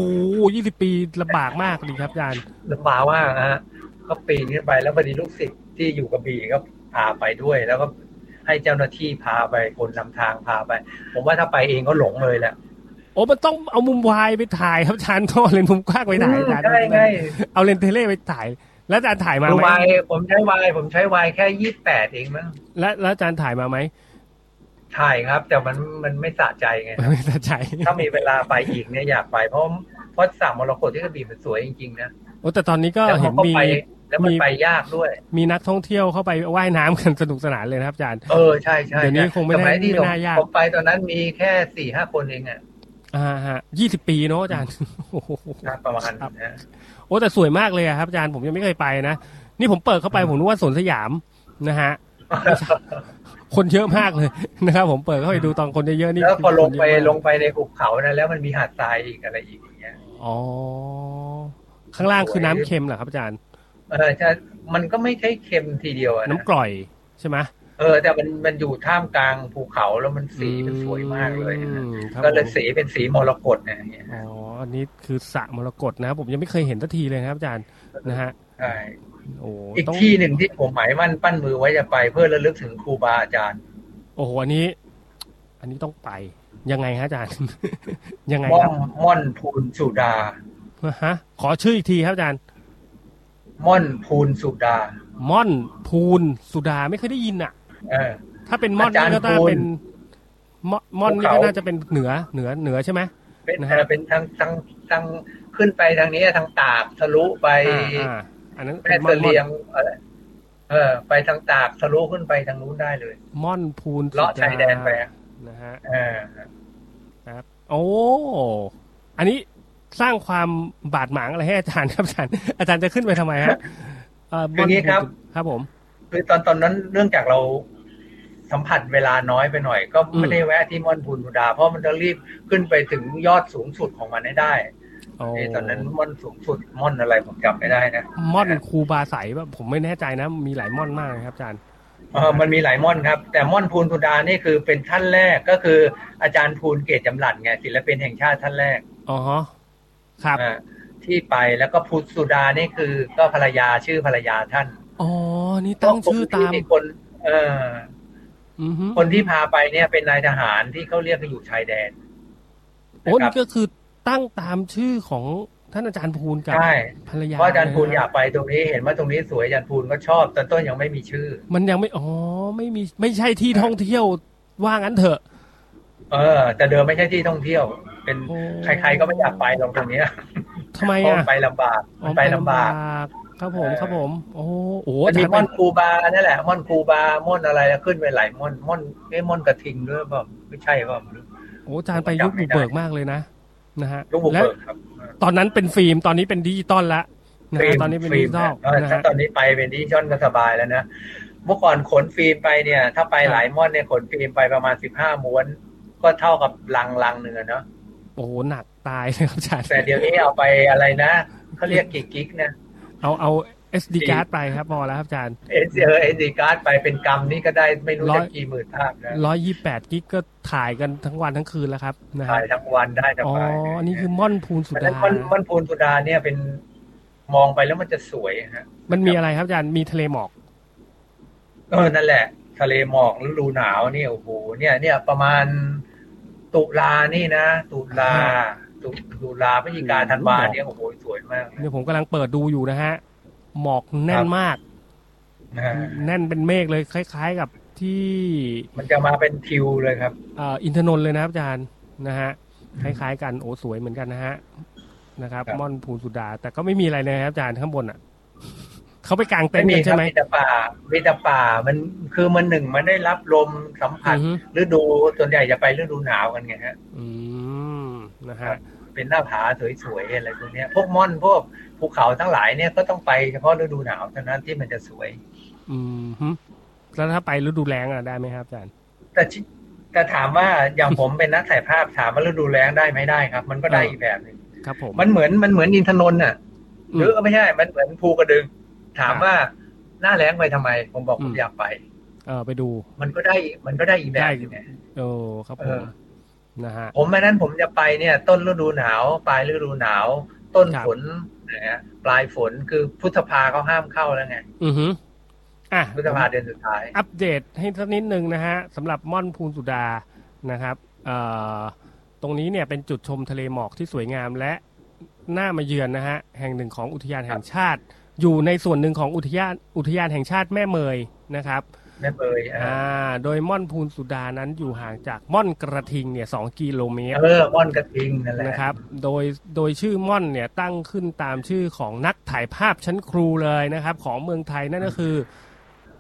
Speaker 3: ยี่สิบปีลำบากมากดีครับอาจารย์
Speaker 4: ลำบากว่ากนะฮะก็ปีนขึ้นไปแล้วพอดีลูกศิษย์ที่อยู่กระบี่ก็พาไปด้วย แล้วก็ให้เจ้าหน้าที่พาไปคนนำทางพาไป ผมว่าถ้าไปเองก็หลงเลยแหละ
Speaker 3: โอ้มันต้องเอามุมวายไปถ่ายครับอาจารย์ต้องเอาเลนส์มุมกว้างไปถ่ายอาจารย์
Speaker 4: ใช่ไง
Speaker 3: เอาเลนส์เทเล่ไปถ่าย แล้วอาจารย์ถ่ายมา
Speaker 4: คื
Speaker 3: ไห
Speaker 4: อ
Speaker 3: ม
Speaker 4: วายผมใช้วายผมใช้วายแค่ยี่แปดเองมั้ง
Speaker 3: แล้วแล้วอาจารย์ถ่ายมาไหม
Speaker 4: ถ่ายครับ แต่มันมันไม่สะใจไง
Speaker 3: ไม่ตัดใจ
Speaker 4: ถ้ามีเวลาไปอีกเนี่ยอยากไปเพราะเพราะสามมรกตที่กระบี่มันสวยจริงๆนะ
Speaker 3: โอ้แต่ตอนนี้ก็
Speaker 4: แล้ว
Speaker 3: เห็
Speaker 4: เขา
Speaker 3: น
Speaker 4: ก็
Speaker 3: มี
Speaker 4: ไปแล้วมัน
Speaker 3: มี
Speaker 4: ไปยากด้วย
Speaker 3: มีนักท่องเที่ยวเข้าไปว่ายน้ำกันสนุกสนานเลยนะครับอาจารย์
Speaker 4: เออใช่ใช่
Speaker 3: เดี๋ยวนี้คงไม่ได้
Speaker 4: สยที่
Speaker 3: ไม่น่ายาก
Speaker 4: ผมไปตอนนั้นมีแค่สี่ห้าคนเองอ่ะ
Speaker 3: อ่าฮะยี่สิบปีเนาะอาจารย์ โอ้โห
Speaker 4: ครับประมาณ
Speaker 3: ครับ
Speaker 4: นะ
Speaker 3: โอ้แต่สวยมากเลยอะครับอาจารย์ผมยังไม่เคยไปนะ นี่ผมเปิดเข้าไปผมนึกว่าสวนสยามนะ ฮะ คนเยอะมากเลย นะครับ ผมเปิดเข้าไปดูตอนคนเยอะๆนี่
Speaker 4: แล้วพอลงไป
Speaker 3: คนเยอะมาก
Speaker 4: ลงไปในหุบเขานะแล้วมันมีหาดทรายอีกอะไรอีกอย่างเงี้ย
Speaker 3: อ๋อข้างล่างคือน้ำเค็มเหรอครับอาจารย์
Speaker 4: เออใช่มันก็ไม่ใช่เค็มทีเดียวอะ
Speaker 3: น้ำ
Speaker 4: นะ
Speaker 3: กร่อยใช่ไหม
Speaker 4: เออแต่มันมันอยู่ท่ามกลางภูเขาแล้วมันสีมันสวยมากเลย
Speaker 3: อื
Speaker 4: นะ
Speaker 3: มครับ
Speaker 4: ก็เลย
Speaker 3: ผม
Speaker 4: สีเป็นสีมรกตนะอย่างเงี้ย
Speaker 3: อ๋ออันนี้คือสระมรกตนะครับผมยังไม่เคยเห็นสักทีเลยนะครับอาจารย์นะฮะ
Speaker 4: ใช่
Speaker 3: โอ้
Speaker 4: อีก
Speaker 3: ต้อง
Speaker 4: ที่หนึ่งที่ผมหมายมั่นปั้นมือไว้จะไปเพื่อระลึกถึงครูบาอาจารย์
Speaker 3: โอ้โหอันนี้ อันนี้ต้องไปยังไงฮะอาจารย์ ยังไง
Speaker 4: ม่อ
Speaker 3: ครั
Speaker 4: น
Speaker 3: บ
Speaker 4: ม่อนพูนสุดา
Speaker 3: ฮะขอชื่ออีกทีครับอาจารย์
Speaker 4: ม่อนพูนสุดา
Speaker 3: ม่อนพูนสุดาไม่เคยได้ยินอ่ะ
Speaker 4: เออ
Speaker 3: ถ้าเป็นม่อน
Speaker 4: อาจาร
Speaker 3: นี่
Speaker 4: ย์
Speaker 3: ก็ต้อง
Speaker 4: คุณ
Speaker 3: เป็นม่อนม่อนนี่ก็
Speaker 4: ภูเขา
Speaker 3: น่าจะเป็นเหนือเหนือเหนือใช่ไหม
Speaker 4: เป็น
Speaker 3: นะ
Speaker 4: เอ่
Speaker 3: ฮะ
Speaker 4: อเป็นทางทางทางขึ้นไปทางนี้ทางตากทะลุไป
Speaker 3: อ่าอ่าอันนั้น
Speaker 4: แม่
Speaker 3: ม่
Speaker 4: เส
Speaker 3: อนม่
Speaker 4: ลีย
Speaker 3: อน
Speaker 4: งเออเออ ไปทางตากทะลุขึ้นไปทางนู้นได้เลย
Speaker 3: ม่อนภูน
Speaker 4: เลาะชายแดนไปอะ
Speaker 3: นะฮะ
Speaker 4: เออ
Speaker 3: ครับโอ้ อันนี้สร้างความบาดหมางอะไรให้อาจารย์ครับอาจารย์ อาจารย์จะขึ้นไปทำไมฮะเอ่อ
Speaker 4: คืออย่างนี้ครับ
Speaker 3: ครับผม
Speaker 4: คือตอนตอนนั้นเนื่องจากเราสัมผัสเวลาน้อยไปหน่อย ก็ไม่ได้แวะที่ม่อนพูนบูดา เพราะมันต้องรีบขึ้นไปถึงยอดสูงสุดของมันให้ได้
Speaker 3: โอ้
Speaker 4: ไอ้ตอนนั้นม่อนสูงสุดม่อนอะไรผมจำไม่ได้นะ
Speaker 3: ม่อนครูบาใสป่ะผมไม่แน่ใจนะ มีหลายม่อนมากนะครับอาจารย์
Speaker 4: เออมันมีหลายม่อนครับ แต่ม่อนพูนบูดานี่คือเป็นท่านแรกก็คืออาจารย์พูนเกตจำหลันไงศิลปินแห่งชาติท่านแรก
Speaker 3: อ๋อฮะครับ
Speaker 4: อ่าที่ไปแล้วก็พูนสุดานี่คือ ก็ภรรยาชื่อภรรยาท่าน
Speaker 3: อ๋อ นี่ตั้งชื่อตาม
Speaker 4: ก็คคนเออ
Speaker 3: อือฮึ
Speaker 4: คนที่พาไปเนี่ยเป็นนายทหารที่เขาเรียกกันอยู่ชายแดน
Speaker 3: โอ้
Speaker 4: นะครั
Speaker 3: นี่
Speaker 4: บ
Speaker 3: ก็คือตั้งตามชื่อของท่านอาจารย์ภูลกับ
Speaker 4: ใช่
Speaker 3: ภรรยา
Speaker 4: เพราะอาจารย์ภูล
Speaker 3: นะ
Speaker 4: อ
Speaker 3: ฮะ
Speaker 4: ยากไปตรงนี้เห็นว่าตรงนี้สวยอาจารย์ภูลก็ชอบแต่ต้นยังไม่มีชื่อ
Speaker 3: มันยังไม่ อ๋อ ไม่มี ไม่ใช่ที่ท่องเที่ยว ว่างั้นเถอะ
Speaker 4: เออ แต่เดิมไม่ใช่ที่ท่องเที่ยว เป็น
Speaker 3: โอ้
Speaker 4: ใครๆก็ไม่อยากไปตรงตรงเนี้ย
Speaker 3: ทำไม
Speaker 4: เพราะมั
Speaker 3: อ่ะ
Speaker 4: นไปลำบาก
Speaker 3: อ๋
Speaker 4: มั
Speaker 3: อน
Speaker 4: ไปลำบาก
Speaker 3: ครับผม
Speaker 4: เออ
Speaker 3: ครับผม โอ้โห
Speaker 4: มั
Speaker 3: อานจา
Speaker 4: มี
Speaker 3: รย์
Speaker 4: ม่
Speaker 3: เป็
Speaker 4: อน นครูบานั่นแหละม่อนครูบาม่อนอะไรแล้วขึ้นไปหลายม่อนม่อนไอ้ยม่อนกระทิงด้วยเปล่าไม่ใช่เปล่าไม่รู้
Speaker 3: โอ้อาจารย์ไป
Speaker 4: จำไม่ได้
Speaker 3: ยุคบุกเบิกมากเลยนะนะฮะ
Speaker 4: ลูกบุก
Speaker 3: และ
Speaker 4: เบิกครับ
Speaker 3: ตอนนั้นเป็นฟิล์มตอนนี้เป็นดิจิตอลละนะฮะตอนนี้เป็นดิจิตอล
Speaker 4: เออ
Speaker 3: นะ
Speaker 4: ถ้า
Speaker 3: ฮะ
Speaker 4: ตอนนี้ไปเป็นดิจิทัลก็สบายแล้วนะเมื่อก่อนขนฟิล์มไปเนี่ย ถ้าไป
Speaker 3: ครับ
Speaker 4: หลายม่อนเนี่ยขนฟิล์มไปประมาณสิบห้าม้วน ก็เท่ากับลังลังหนึ่งอะเนาะ
Speaker 3: โอ้โหหนักตายเลยครับอาจารย์
Speaker 4: แต่เดี๋ยวนี้เอาไปอะไรนะเขาเรียกกี่กิกนะ
Speaker 3: เอาเอา SD card ไปครับพอแล้วครับอาจารย์
Speaker 4: เอสเอเอสดีการ์ดไปเป็นกรรมนี่ก็ได้ไม่รู้
Speaker 3: ร้อ
Speaker 4: จะ
Speaker 3: ย
Speaker 4: กี่หมื่นภาพนะ
Speaker 3: ร้อยยี่แปดกิกก็ถ่ายกันทั้งวันทั้งคืนแล้วครับนะฮะ
Speaker 4: ถ่ายทั้งวันได้ทั้ง
Speaker 3: อ๋อ
Speaker 4: วัน
Speaker 3: อันนี่คือม่อนภูนสุ
Speaker 4: เพราะฉะ
Speaker 3: ดา
Speaker 4: นั้นมันมันพูนสุดาเนี่ยเป็นมองไปแล้วมันจะสวยฮะ
Speaker 3: มันมีอะไรครับอาจารย์มีทะเลหมอก
Speaker 4: เออนั่นแหละ ทะเลหมอกฤดูหนาวเนี่ยโอ้โหเนี่ยเนี่ยประมาณตุลานี่นะตุลาตุตุลาพฤศจิกาธันวาเนี่ยโอ้โหสวยมากนะ
Speaker 3: เนี่ยผมกำลังเปิดดูอยู่นะฮะหมอกแน่นมาก
Speaker 4: นะ
Speaker 3: แน่นเป็นเมฆเลยคล้าย ๆกับที่
Speaker 4: มันจะมาเป็นทิวเลยครับ
Speaker 3: เอ่ออินทนนท์เลยนะครับอาจารย์นะฮะคล้ายๆกันโอ้สวยเหมือนกันนะฮะนะครับ
Speaker 4: ครับ
Speaker 3: ม่อนภูสุดา แต่ก็ไม่มีอะไรเลยนะครับอาจารย์ข้างบนอ่ะ เขาไปกางเต็น
Speaker 4: ไม่
Speaker 3: ท์
Speaker 4: มี
Speaker 3: กัน
Speaker 4: ค
Speaker 3: ใช่
Speaker 4: รับ
Speaker 3: ไหม
Speaker 4: มีแต่ป่ามีแต่ป่ามันคือมันหนึ่งมันได้รับลมสัมผัส
Speaker 3: อือฮึ
Speaker 4: ฤดูส่วนใหญ่จะไปฤดูหนาวกันไงฮะ
Speaker 3: อืมนะ
Speaker 4: ค
Speaker 3: ฮะ
Speaker 4: รับ เป็นหน้าผาสวยๆอะไรพวกเนี้ย พวกม่อนพวกภูเขาทั้งหลายเนี่ยก็ต้องไปเฉพาะฤดูหนาวเท่านั้นที่มันจะสวย
Speaker 3: อืมฮึแล้วถ้าไปฤดูแล้งอ่ะได้ไหมครับอาจารย์
Speaker 4: แต่ชิแต่ถามว่าอย่างผม เป็นนักถ่ายภาพถามว่าฤดูแล้งได้ไหมได้ครับ มันก็ได้
Speaker 3: เอออี
Speaker 4: อีกแบบหนึง
Speaker 3: ครับผม
Speaker 4: มันเหมือนมันเหมือนอินทนนท์น่ะหรือ
Speaker 3: ม
Speaker 4: ไม่ใช่ มันเหมือนภูกระดึง ถา
Speaker 3: ค
Speaker 4: ม
Speaker 3: รับ
Speaker 4: ว่าหน้าแล้งไปทำไม ผมบอกผ
Speaker 3: อื
Speaker 4: ม
Speaker 3: ม
Speaker 4: อยากไป
Speaker 3: เออไปดู
Speaker 4: มันก็ได้มันก็ได้อีกแบบหนึงไง
Speaker 3: โอ้ครับผ
Speaker 4: เอ
Speaker 3: ม
Speaker 4: อ
Speaker 3: นะฮะ
Speaker 4: ผมวันนั้นผมจะไปเนี่ย ต้นฤดูหนาวปลายฤดูหนาว ต้น
Speaker 3: ครับ
Speaker 4: ฝนนะฮะปลายฝนคือพุทธภาเขาห้ามเข้าแล้วไง
Speaker 3: อือฮึอ่ะ
Speaker 4: พุทธภาเดือนสุดท้าย
Speaker 3: อัปเดตให้สักนิดหนึ่งนะฮะสำหรับม่อนภูนสุดานะครับเอ่อตรงนี้เนี่ยเป็นจุดชมทะเลหมอกที่สวยงามและน่ามาเยือนนะฮะแห่งหนึ่งของอุทยานแห่งชาติ อยู่ในส่วนหนึ่งของอุทยานอุทยานแห่งชาติแม่เมยนะครับ
Speaker 4: แม่เบยอ่า
Speaker 3: อ่าโดยม่อนภูนสุดานั้นอยู่ห่างจากม่อนกระทิงเนี่ยสองกิโลเมตร
Speaker 4: เออม่อนกระทิงนั่นแหละ
Speaker 3: นะครับโดยโดยชื่อม่อนเนี่ยตั้งขึ้นตามชื่อของนักถ่ายภาพชั้นครูเลยนะครับของเมืองไทยนั่นก็คือ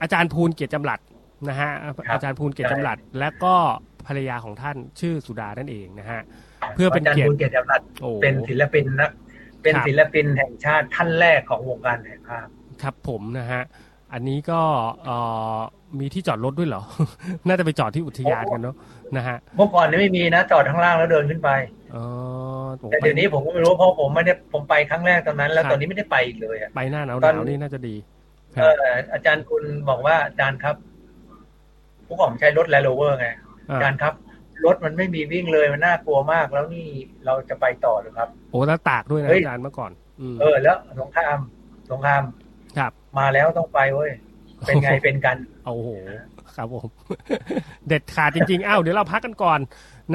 Speaker 3: อาจารย์ภูลเกียรติจำหลัดนะฮะอาจารย์ภูลเกียรติจำหลัด และก็ภรรยาของท่านชื่อสุดานั่นเองนะฮะ เพื่อเป็น
Speaker 4: อาจาร
Speaker 3: เกียร
Speaker 4: ย์
Speaker 3: ติ
Speaker 4: บุญเกียรติจำรัด
Speaker 3: โอ้
Speaker 4: เป็นศิลปินนักเป็น
Speaker 3: ครับ
Speaker 4: ศิลปินแห่งชาติท่านแรกของวงการถ่ายภาพ
Speaker 3: ครับผมนะฮะอันนี้ก็เอ่อมีที่จอดรถด้วยเหรอ น่าจะไปจอดที่อุทยานกันเนาะนะฮะ
Speaker 4: เมื่อก่อนนี่ไม่มีนะจอดข้างล่างแล้วเดินขึ้นไป
Speaker 3: เออโอ้
Speaker 4: แต่
Speaker 3: ไป
Speaker 4: เดี๋ยวนี้ผมก็ไม่รู้เพราะผมไม่ได้ผมไปครั้งแรกตอนนั้น แล้วตอนนี้ไม่ได้ไปอีกเลยอะ
Speaker 3: ไปหน้าหนาวห
Speaker 4: ตอน
Speaker 3: นาวนี่น่าจะดี ค
Speaker 4: เอ
Speaker 3: รับ
Speaker 4: ออาจารย์คุณบอกว่าอาจารย์ครับผู้ผมใช้รถแลนด์โรเวอร์ไง อาจารย์ครับ รถมันไม่มีวิ่งเลยมันน่ากลัวมาก แล้วนี่เราจะไปต่อหรือครับ
Speaker 3: โอ้แล้วตากด้วยนะ
Speaker 4: เฮ้ย
Speaker 3: อาจารย์เมื่อก่อน อืม
Speaker 4: เออ แล้วสงครามสงคราม
Speaker 3: ครับ
Speaker 4: มาแล้วต้องไปเว้ยเป็นไงเป็นกัน
Speaker 3: โอ้โหครับผม เด็ดขาดจริงๆอ้าวเดี๋ยวเราพักกันก่อน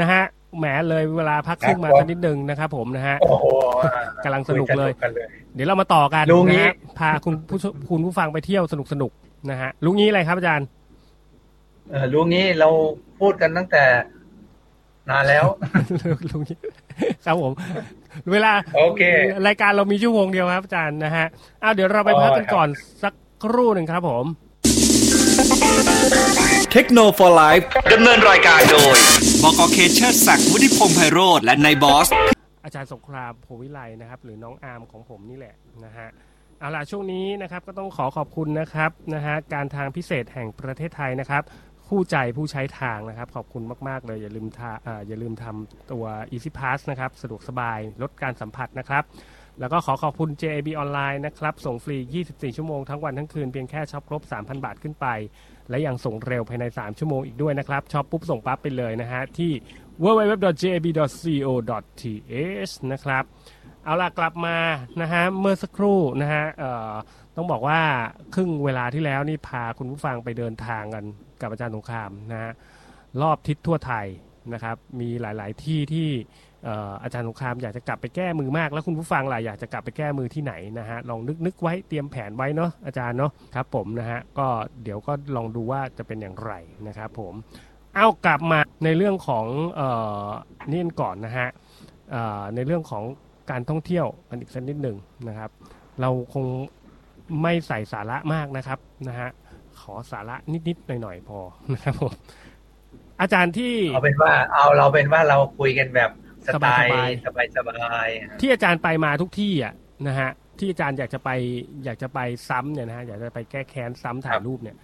Speaker 3: นะฮะแหมเลยเวลาพักครึ่งมาสักนิดนึงนะครับผมนะฮะ
Speaker 4: โอ้โหอ่ะ
Speaker 3: กำลังสนุกเลย
Speaker 4: คุกันเลย
Speaker 3: เดี๋ยวเรามาต่อกัน
Speaker 4: ลุงงี้
Speaker 3: นะฮะพาคุณผู้ชมคุณผู้ฟังไปเที่ยวสนุกสนุกๆนะฮะลุงงี้อะไรครับอาจารย์
Speaker 4: เออรู้งี้เราพูดกันตั้งแต่นานแล้ว
Speaker 3: ลุงครับผม เวลา
Speaker 4: โอเค
Speaker 3: รายการเรามีชั่วโมงเดียวครับอาจารย์นะฮะอ้าวเดี๋ยวเราไปพักกันก่อนสักครู่หนึ่งครับผม
Speaker 2: เทคโนโลยีไลฟ์ดำเนินรายการโดยบกเคเชอร์ศักดิ์วุฒิพงษ์ไพโรธและนายบอส
Speaker 3: อาจารย์สงครามโพวิไลนะครับ หรือน้องอาร์มของผมนี่แหละนะฮะเอาล่ะช่วงนี้นะครับก็ต้องขอขอบคุณนะครับนะฮะการทางพิเศษแห่งประเทศไทยนะครับ คู่ใจผู้ใช้ทางนะครับ ขอบคุณมาก ๆ เลย อย่าลืมทาอ่าอย่าลืมทำตัว Easy Pass นะครับ สะดวกสบายลดการสัมผัสนะครับ แล้วก็ขอขอบคุณ JAB ออนไลน์นะครับ ส่งฟรี 24 ชั่วโมงทั้งวันทั้งคืนเพียงแค่ช็อปครบ 3,000 บาทขึ้นไป และยังส่งเร็วภายใน 3 ชั่วโมงอีกด้วยนะครับช็อปปุ๊บส่งปั๊บไปเลยนะฮะ ที่ www.jab.co.th นะครับ เอาล่ะกลับมานะฮะเมื่อสักครู่นะฮะเอ่อต้องบอกว่าครึ่งเวลาที่แล้วนี่พาคุณผู้ฟังไปเดินทางกันกับอาจารย์สงครามนะฮะรอบทิศทั่วไทยนะครับ มีหลาย ๆ ที่ที่เอ่ออาจารย์สงครามอยากจะกลับไปแก้มือมาก แล้วคุณผู้ฟังล่ะอยากจะกลับไปแก้มือที่ไหนนะฮะลองนึกนึกไว้เตรียมแผนไว้เนาะอาจารย์เนาะครับผมนะฮะก็เดี๋ยวก็ลองดูว่าจะเป็นอย่างไรนะครับผม เอากลับมาในเรื่องของเออนี่กันก่อนนะฮะเอ่อในเรื่องของการท่องเที่ยวกันอีกสักนิดหนึ่งนะครับ เราคงไม่ใส่สาระมากนะครับนะฮะขอสาระนิดๆหน่อยๆพอนะครับผมอาจารย์ที่
Speaker 4: เอาเป็นว่าเอาเราเป็นว่าเราคุยกันแบบสไตล์ส
Speaker 3: ส
Speaker 4: บายสบายๆ
Speaker 3: ที่อาจารย์ไปมาทุกที่อ่ะนะฮะที่อาจารย์อยากจะไปอยากจะไปซ้ำเนี่ยนะฮะอยากจะไปแก้แค้นซ้ำถ่ายรูปเนี่ย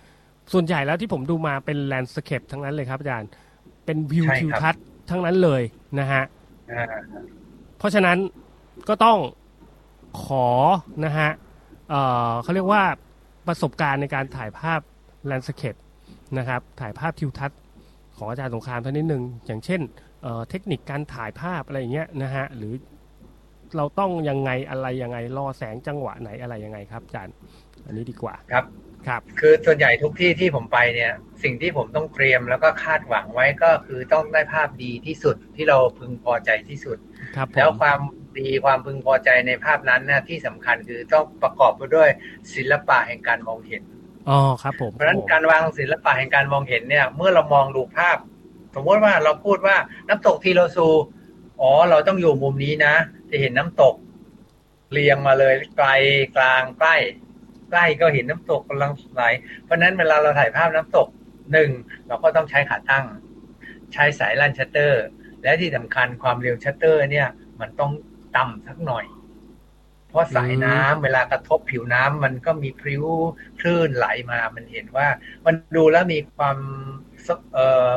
Speaker 3: ส่วนใหญ่แล้วที่ผมดูมาเป็นแลนด์สเคปทั้งนั้นเลยครับอาจารย์เป็นวิว
Speaker 4: ใช่ครั
Speaker 3: ทิวทัศ
Speaker 4: บ
Speaker 3: น์ทั้งนั้นเลยนะฮะ
Speaker 4: อ่า
Speaker 3: เพราะฉะนั้นก็ต้องขอนะฮะเอ่อเขาเรียกว่าประสบการณ์ในการถ่ายภาพแลนด์สเคปนะครับ ถ่ายภาพทิวทัศน์ของอาจารย์สงครามท่านนิดนึง อย่างเช่นเอ่อเทคนิคการถ่ายภาพอะไรอย่างเงี้ยนะฮะ หรือเราต้องยังไงอะไรยังไงล่อแสงจังหวะไหนอะไรยังไงครับอาจารย์ อันนี้ดีกว่า
Speaker 4: ครับ
Speaker 3: ครับ
Speaker 4: คือส่วนใหญ่ทุกที่ที่ผมไปเนี่ย สิ่งที่ผมต้องเตรียมแล้วก็คาดหวังไว้ก็คือต้องได้ภาพดีที่สุดที่เราพึงพอใจที่สุด
Speaker 3: ครับผ
Speaker 4: แล้ว
Speaker 3: ม
Speaker 4: ความดีความพึงพอใจในภาพนั้นนะที่สำคัญคือต้องประกอบไปด้วยศิลปะแห่งการมองเห็น
Speaker 3: อ๋อครับผม
Speaker 4: เพราะฉะนั้น
Speaker 3: ผม
Speaker 4: การวางศิลปะแห่งการมองเห็นเนี่ย เมื่อเรามองดูภาพ สมมติว่าเราพูดว่าน้ำตกทีโรซู อ๋อ เราต้องอยู่มุมนี้นะ จะเห็นน้ำตก เรียงมาเลยไกลกลางใกล้ใกล้ก็เห็นน้ำตกกำลังไหลเพราะฉะนั้นเวลาเราถ่ายภาพน้ำตกหนึ่งเราก็ต้องใช้ขาตั้ง ใช้สายลั่นชัตเตอร์ และที่สำคัญความเร็วชัตเตอร์ เนี่ย มันต้องต่ำสักหน่อย เพราะสายน้ำเวลากระทบผิวน้ำมันก็มีพริ้วคลื่นไหลมา มันเห็นว่า มันดูแล้วมีความสเออ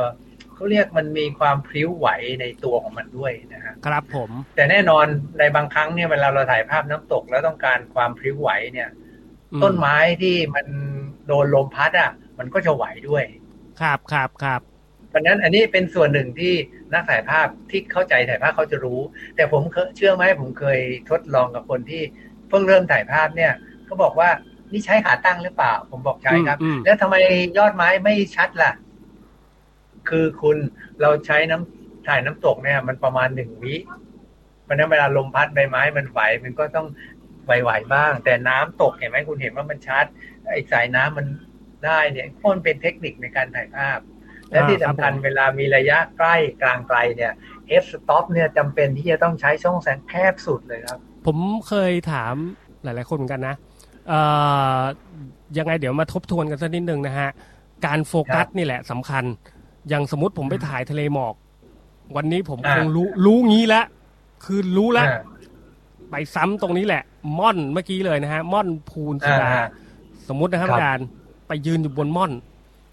Speaker 4: เขาเรียกมันมีความพริ้วไหวในตัวของมันด้วยนะฮะ
Speaker 3: ครับผม
Speaker 4: แต่แน่นอนในบางครั้งเนี่ยเวลาเราถ่ายภาพน้ำตกแล้วต้องการความพริ้วไหวเนี่ย
Speaker 3: อื
Speaker 4: ต้นไม้ที่มันโดนลมพัดอ่ะ มันก็จะไหวด้วย
Speaker 3: ครับครับครับ
Speaker 4: เพราะฉะนั้นอันนี้เป็นส่วนหนึ่งที่นักถ่ายภาพที่เข้าใจถ่ายภาพเขาจะรู้ แต่ผมเคยเชื่อไหมผมเคยทดลองกับคนที่เพิ่งเริ่มถ่ายภาพเนี่ยเขาบอกว่านี่ใช้ขาตั้งหรือเปล่า ผมบอกใช้ครับ
Speaker 3: อืมอืม
Speaker 4: แล้วทำไมยอดไม้ไม่ชัดล่ะ คือคุณเราใช้น้ำถ่ายน้ำตกเนี่ย มันประมาณหนึ่งวิ เพราะฉะนั้นเวลาลมพัดใบไม้มันไหวมันก็ต้องไหวๆบ้าง แต่น้ำตกเห็นไหมคุณเห็นว่ามันชัดไอ้สายน้ำมันได้เนี่ยพวกมันเป็นเทคนิคในการถ่ายภาพ และที่สำคัญเวลามีระยะใกล้กลางไกลเนี่ย f stop เนี่ยจำเป็นที่จะต้องใช้ช่องแสงแคบสุดเลยครับ
Speaker 3: ผมเคยถามหลาย ๆ คนเหมือนกันนะเอ่อยังไงเดี๋ยวมาทบทวนกันสักนิดนึงนะฮะ การโฟกัสนี่แหละสำคัญ อย่างสมมติผมไปถ่ายทะเลหมอก วันนี้ผม
Speaker 4: อ่า
Speaker 3: คงรู้รู้งี้แล้วคือรู้แล้ว
Speaker 4: อ่า
Speaker 3: ไปซ้ำตรงนี้แหละ ม่อนเมื่อกี้เลยนะฮะ ม่อนภูนสุดา
Speaker 4: อ่า
Speaker 3: สมมตินะครับ
Speaker 4: ครับ
Speaker 3: อาจารย์ไปยืนอยู่บนม่อน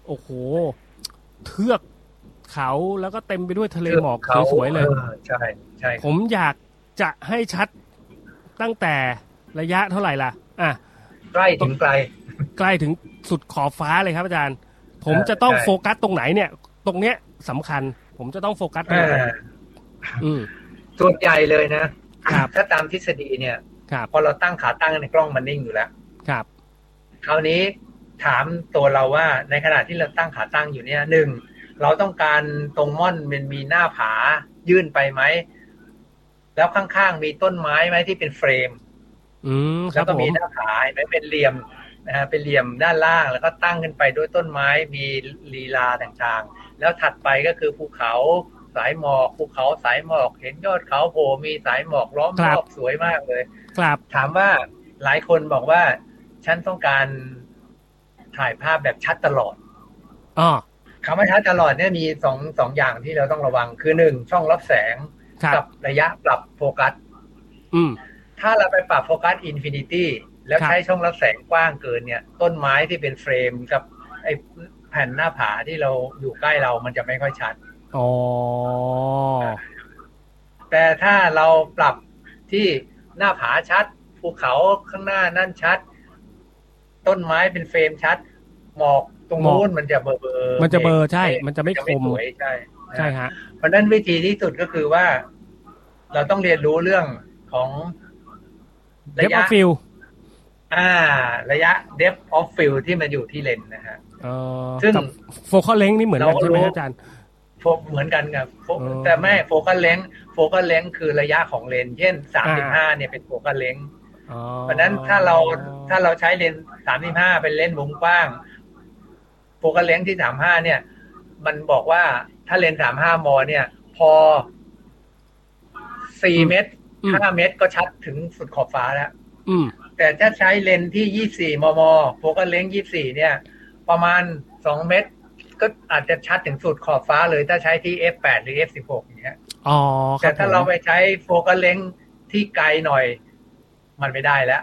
Speaker 3: โอ้โห เทือกเขาแล้วก็เต็มไปด้วยทะเลหมอก
Speaker 4: ขา
Speaker 3: สวยๆเลย
Speaker 4: ออใช่ใช่
Speaker 3: ผมอยากจะให้ชัดตั้งแต่ระยะเท่าไหร่ล่ะ อ่ะ
Speaker 4: ใกล้ถึงไกล
Speaker 3: ใกล้ถึงสุดขอบฟ้าเลยครับอาจารย์ ผมจะต้อง
Speaker 4: ใช่
Speaker 3: โฟกัสตรงไหนเนี่ย ตรงเนี้ยสำคัญ ผมจะต้องโฟกัสตรง
Speaker 4: อ่า
Speaker 3: ไหนอืม
Speaker 4: ส่วนใหญ่เลยนะ
Speaker 3: ครับ
Speaker 4: ถ้าตามทฤษฎีเนี่ย
Speaker 3: ครับ
Speaker 4: พอเราตั้งขาตั้งในกล้องมันนิ่งอยู่แล้ว
Speaker 3: ครับ
Speaker 4: คราวนี้ถามตัวเราว่าในขณะที่เราตั้งขาตั้งอยู่เนี่ยหนึ่งเราต้องการตรงม่อนมันมีหน้าผายื่นไปไหม แล้วข้างๆมีต้นไม้ไหมที่เป็นเฟรม
Speaker 3: อืมค
Speaker 4: แล้
Speaker 3: รั
Speaker 4: ว
Speaker 3: บ
Speaker 4: ก็
Speaker 3: ผ
Speaker 4: มี
Speaker 3: ม
Speaker 4: หน้าผาเห็นไหมเป็นเหลี่ยม นะฮะเป็นเหลี่ยมด้านล่างแล้วก็ตั้งขึ้นไปด้วยต้นไม้มีลีลาต่างๆ แล้วถัดไปก็คือภูเขาสายหมอกภูเขาสายหมอก เห็นยอดเขาโผล่มีสายหมอกล้อมรอบสวยมากเลย
Speaker 3: ครับ
Speaker 4: ถามว่าหลายคนบอกว่า ฉันต้องการถ่ายภาพแบบชัดตลอด
Speaker 3: อ๋อ
Speaker 4: คำว่าชัดตลอดเนี่ยมีสองสองอย่างที่เราต้องระวังคือหนึ่งช่องรับแสง
Speaker 3: ครับ
Speaker 4: กัระยะปรับโฟกัส
Speaker 3: อืม
Speaker 4: ถ้าเราไปปรับโฟกัสอินฟินิตี้แล้ว
Speaker 3: ครับ
Speaker 4: ใช้ช่องรับแสงกว้างเกินเนี่ย ต้นไม้ที่เป็นเฟรมกับไอแผ่นหน้าผาที่เราอยู่ใกล้เรามันจะไม่ค่อยชัด
Speaker 3: อ๋อ
Speaker 4: แต่ถ้าเราปรับที่หน้าผาชัด ภูเขาข้างหน้านั่นชัด ต้นไม้เป็นเฟรมชัด หมอกตรงนู้นมันจะเบอร์เบอร์
Speaker 3: มันจะเบลอใช่มันจะไม่คม
Speaker 4: สวยใช่นะ
Speaker 3: ใช่ฮะ
Speaker 4: เพราะฉะนั้นวิธีที่สุดก็คือว่า เราต้องเรียนรู้เรื่องของ
Speaker 3: เดฟอย
Speaker 4: ระะ
Speaker 3: อฟฟิล
Speaker 4: อ่า ระยะ depth of field ที่มันอยู่ที่เลนส์นะฮะ
Speaker 3: เอ่อ
Speaker 4: ซึ่ง
Speaker 3: กับโฟกัสเลงนี่เหมือนกัน
Speaker 4: เราก็
Speaker 3: ใช่ไหม
Speaker 4: รู้
Speaker 3: ฮะอาจารย์
Speaker 4: โฟเหมือนกันกับโฟ
Speaker 3: อ๋อ
Speaker 4: แต่ไม่โฟกัสเลนส์โฟกัสเลนส์คือระยะของเลนส์เช่น
Speaker 3: อ่า
Speaker 4: 35 เนี่ยเป็นโฟกัสเลนส์
Speaker 3: อ๋อ
Speaker 4: เพราะฉะนั้นถ้าเราถ้าเราใช้เลนส์35 เป็นเลนส์วงกว้างโฟกัสเลนส์ที่ 35 เนี่ย มันบอกว่าถ้าเลนส์35 มอ เนี่ย พอ 4 เมตร
Speaker 3: อืม
Speaker 4: ห้าเมตรก็ชัดถึงสุดขอบฟ้าแล้ว
Speaker 3: อืม
Speaker 4: แต่ถ้าใช้เลนส์ที่ยี่สี่มมโฟกัสเลนส์ยี่สี่เนี่ย ประมาณสองเมตร ก็อาจจะชัดถึงสุดขอบฟ้าเลยถ้าใช้ที่ f แปดหรือ f สิบหกอย่างเงี้ย
Speaker 3: อ๋อค
Speaker 4: แต่
Speaker 3: บ
Speaker 4: ถ้าเรา
Speaker 3: ผม
Speaker 4: ไปใช้โฟกัสเลนส์ที่ไกลหน่อย มันไม่ได้แล้ว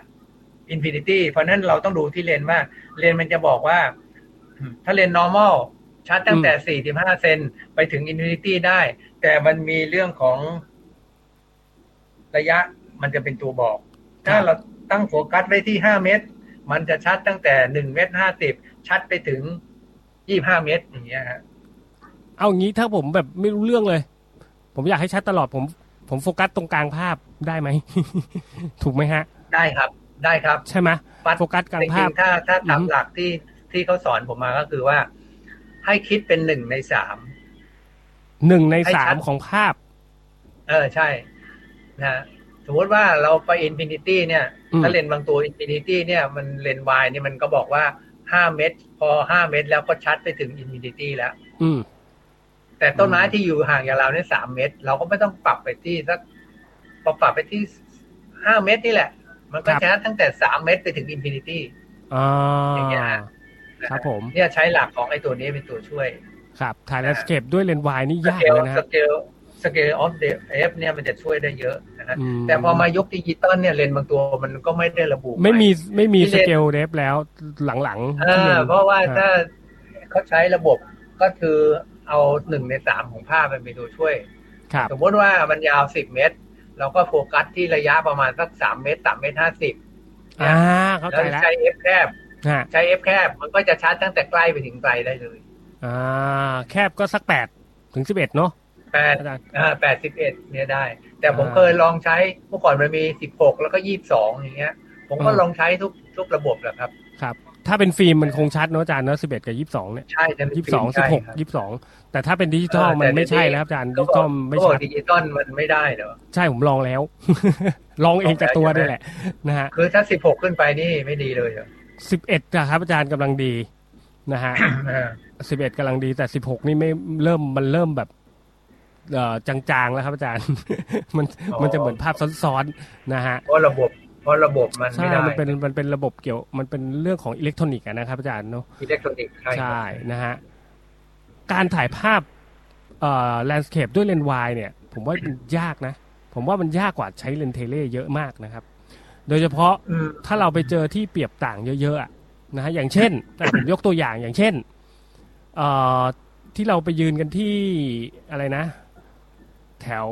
Speaker 4: อินฟินิตี้เพราะฉะนั้นเราต้องดูที่เลนส์ว่าเลนส์มันจะบอกว่า ถ้าเลนส์ normal ชัดตั้งแต่ 45 เซนไปถึงอินฟินิตี้ได้ แต่มันมีเรื่องของระยะมันจะเป็นตัวบอก ถ้าเราตั้งโฟกัสไว้ที่ 5 เมตร มันจะชัดตั้งแต่ 1 เมตร 50 ชัดไปถึง 25 เมตร อย่างเงี้ยฮะ
Speaker 3: เอางี้ถ้าผมแบบไม่รู้เรื่องเลย ผมอยากให้ชัดตลอดผม ผมโฟกัสตรงกลางภาพได้ไหม ถูกไหมฮะ
Speaker 4: ได้ครับ ได้ครับ
Speaker 3: ใช่ไหม
Speaker 4: ปัด
Speaker 3: โฟกัสกลาง
Speaker 4: จริ
Speaker 3: ภาง พ
Speaker 4: ๆถ้าถ้าตาม
Speaker 3: อือฮึ
Speaker 4: หลักที่ที่เขาสอนผมมาก็คือว่า ให้คิดเป็นหนึ่งในสาม
Speaker 3: หนึ่งใน
Speaker 4: ให้ชัด
Speaker 3: สามของภาพ
Speaker 4: เออใช่นะฮะสมมติว่าเราไปอินฟินิตี้เนี่ย
Speaker 3: อืม
Speaker 4: ถ้าเลนส์บางตัวอินฟินิตี้เนี่ยมันเลนส์วายเนี่ยมันก็บอกว่าห้าเมตร พอห้าเมตรแล้วก็ชัดไปถึงอินฟินิตี้แล้ว
Speaker 3: อืม
Speaker 4: แต่ต้นไม้ที่อยู่ห่างจากเราเนี่ยสามเมตร เราก็ไม่ต้องปรับไปที่สักพอปรับไปที่ห้าเมตรนี่แหละ มัน
Speaker 3: ค
Speaker 4: ก็
Speaker 3: รับ
Speaker 4: ชัดตั้งแต่สามเมตรไปถึงอินฟินิตี้
Speaker 3: อ่า
Speaker 4: อย่างเงี้ยฮะ
Speaker 3: ครับผม
Speaker 4: เนี่ยใช้หลักของไอ้ตัวนี้เป็นตัวช่วย
Speaker 3: ครับถ่ายแลสเคปด้วยเลนส์วายนี่
Speaker 4: ส
Speaker 3: ยาก
Speaker 4: เกล
Speaker 3: เลยนะค
Speaker 4: ส
Speaker 3: รับ
Speaker 4: เกลสเกลออฟเดฟเนี่ยมันจะช่วยได้เยอะนะฮะ
Speaker 3: อื
Speaker 4: แต่พอมายกดิจิตอลเนี่ยเลนส์บางตัวมันก็ไม่ได้ระบุ
Speaker 3: ไม่มีไม่มี
Speaker 4: ที่
Speaker 3: ส
Speaker 4: เลน
Speaker 3: เกลเดฟแล้วหลังๆ
Speaker 4: เอ
Speaker 3: ที่เล
Speaker 4: อน เพราะว่า
Speaker 3: อ่า
Speaker 4: ถ้าเขาใช้ระบบก็คือเอาหนึ่งในสามของภาพมันเป็นตัวช่วย
Speaker 3: ครับ
Speaker 4: สมมติว่ามันยาวสิบเมตร เราก็โฟกัสที่ระยะประมาณสักสามเมตรสามเมตรห้าสิบ
Speaker 3: อ่าเข้า
Speaker 4: แล้ว
Speaker 3: ใจแล้ว
Speaker 4: ใช้เอฟแคบ
Speaker 3: ฮะ
Speaker 4: ใช้เอฟแคบมันก็จะชัดตั้งแต่ใกล้ไปถึงไกลได้เลย
Speaker 3: อ่า แคบก็สักแปดถึงสิบเอ็ดเนาะ
Speaker 4: แปด
Speaker 3: อาจารย์
Speaker 4: อ่าแปดสิบเอ็ดเนี่ยได้ แต่ผม
Speaker 3: อ่า
Speaker 4: เคยลองใช้เมื่อก่อนมันมีสิบหกแล้วก็ยี่บสองอย่างเงี้ย ผมก็
Speaker 3: อืม
Speaker 4: ลองใช้ทุกทุกระบบแหละครับ
Speaker 3: ถ้าเป็นฟิล์มมันคงชัดเนาะอาจารย์เนาะสิบเอ็ดกับยี่สิบสองเนี่ย
Speaker 4: ใช่จะเป็น
Speaker 3: ยี่สิบสองสิ
Speaker 4: ฟิ
Speaker 3: บ
Speaker 4: ล์ม
Speaker 3: หก
Speaker 4: ใช่
Speaker 3: ยี่สิบสองแต่ถ้าเป็นดิจิตอลมันไม่ใช่แล้วครับอาจารย์ดิจิตอลไม่
Speaker 4: ก็
Speaker 3: ชัด
Speaker 4: ดิจิตอลมันไม่ได้เหรอ
Speaker 3: ใช่ผมลองแล้ว ลองเองจากตัวนี่แหละนะฮะ
Speaker 4: คือถ้าสิบหกขึ้นไปนี่ไม่ดีเลยเหรอ
Speaker 3: สิบเอ็ดครับอาจารย์กำลังดีนะฮะ
Speaker 4: อ่า
Speaker 3: สิบเอ็ดกำลังดีแต่สิบหกนี่ไม่เริ่มมันเริ่มแบบเอ่อจางๆแล้วครับอาจารย์ มันมันจะเหมือนภาพซ้อนๆนะฮะ
Speaker 4: เพราะระบบเพราะระบบมัน
Speaker 3: ใช่
Speaker 4: ไม่ได้
Speaker 3: มันเป็นมันเป็นระบบเกี่ยว มันเป็นเรื่องของอิเล็กทรอนิกส์อะนะครับอาจารย์เนาะ
Speaker 4: อิเล็กทรอนิกส์ใช่
Speaker 3: ใช่นะฮะการถ่ายภาพเอ่อแลนด์สเคปด้วยเลนส์วายเนี่ย ผมว่ามันยากนะ ผมว่ามันยากกว่าใช้เลนส์เทเลเยอะมากนะครับ โดยเฉพาะ
Speaker 4: อืม
Speaker 3: ถ้าเราไปเจอที่เปรียบต่างเยอะๆอะนะฮะอย่างเช่นอ่ะผมยกตัวอย่างอย่างเช่นเอ่อที่เราไปยืนกันที่อะไรนะ แถว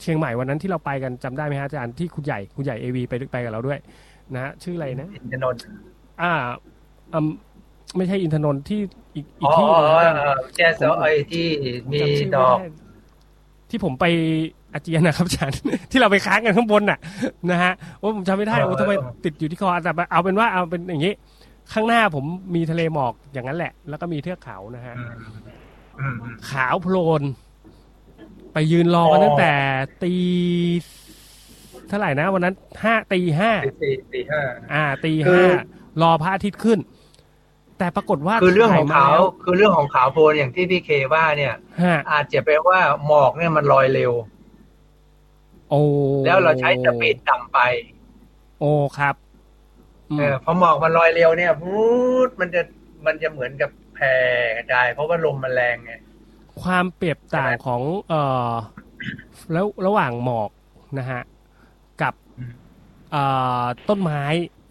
Speaker 3: เชียงใหม่วันนั้นที่เราไปกันจำได้ไหมฮะอาจารย์ที่คุณใหญ่คุณใหญ่เอวีไปด้วยไปกับเราด้วยนะฮะชื่ออะไรนะ
Speaker 4: อินทนนท์
Speaker 3: อ่าอืมไม่ใช่อินทนนท์ที่อีกอี
Speaker 4: อ๋
Speaker 3: ก
Speaker 4: อ
Speaker 3: ที่
Speaker 4: อ๋อ
Speaker 3: หนึ่งนะอาจารย์
Speaker 4: อ๋อแจ๊สไอยที่
Speaker 3: ผม
Speaker 4: มี
Speaker 3: จำชื่อไ
Speaker 4: ดอก
Speaker 3: ไที่ผมไปอาเจียนนะครับอา จารย์ ที่เราไปค้างกันข้างบนน่ะนะฮะโอ้ผมจำไม่ได้
Speaker 4: เออ
Speaker 3: โอ้ทำไม
Speaker 4: เออ
Speaker 3: ติดอยู่ที่คอแต่เอาเป็นว่าเอาเป็นอย่างนี้ ข้างหน้าผมมีทะเลหมอกอย่างนั้นแหละ แล้วก็มีเทือกเขานะฮะ
Speaker 4: อืมอืมอืม
Speaker 3: ขาวโพลน ไปยืนรอกัน
Speaker 4: อ๋อ
Speaker 3: ตั้งแต่ตีเท่าไหร่นะวันนั้นห้าตีห้า
Speaker 4: สี่สี่สี่ห้า
Speaker 3: อ่าตี
Speaker 4: คื
Speaker 3: ห้า
Speaker 4: อ
Speaker 3: รอพระอาทิตย์ขึ้น แต่ปรากฏว่า
Speaker 4: คือเรื่องของเขา
Speaker 3: ถ่ยม
Speaker 4: คือเรื่องของขาวโพลนอย่างที่พี่เคว่าเนี่ย
Speaker 3: แล้วฮะ
Speaker 4: อาจจะแปลว่าหมอกเนี่ยมันลอยเร็ว
Speaker 3: โอ้
Speaker 4: แล้วเราใช้สปีดต่ำไป
Speaker 3: โอ้ครับม
Speaker 4: เออพอหมอกมันลอยเร็วเนี่ยพูดมันจะมันจะเหมือนกับแผ่กระจาย เพราะว่าลมมันแรงไง
Speaker 3: ความเปรียบต่างของเอ่อแล้วระหว่างหมอกนะฮะกับ
Speaker 4: อืม
Speaker 3: เอ่อต้นไม้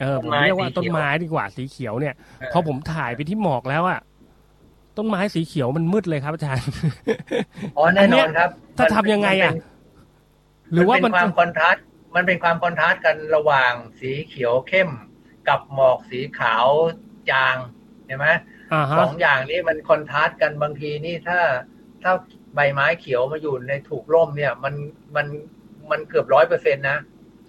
Speaker 3: เออ
Speaker 4: ต้
Speaker 3: ผ
Speaker 4: น
Speaker 3: ม
Speaker 4: ไม้
Speaker 3: เรียกว่า
Speaker 4: สีเขียว
Speaker 3: ต้นไม้ดีกว่าสีเขียวเนี่ย
Speaker 4: เออ
Speaker 3: พอผมถ่ายไปที่หมอกแล้วอะต้นไม้สีเขียวมันมืดเลยครับอาจารย์
Speaker 4: อ๋อแน่นอนครับ
Speaker 3: ถ้าทำยังไงอะ หรือว่า
Speaker 4: มั
Speaker 3: มัน น
Speaker 4: เป็นความคอนทราสต์มันเป็นความคอนทราสต์กันระหว่างสีเขียวเข้มกับหมอกสีขาวจางเห็นไหม
Speaker 3: อ่า
Speaker 4: ส
Speaker 3: ฮะ
Speaker 4: องอย่างนี้มันคอนทราสต์กันบางทีนี่ถ้าถ้าใบไม้เขียวมาอยู่ในถูกร่มเนี่ย มันมันมันเกือบร้อยเปอร์เซ็นต์นะ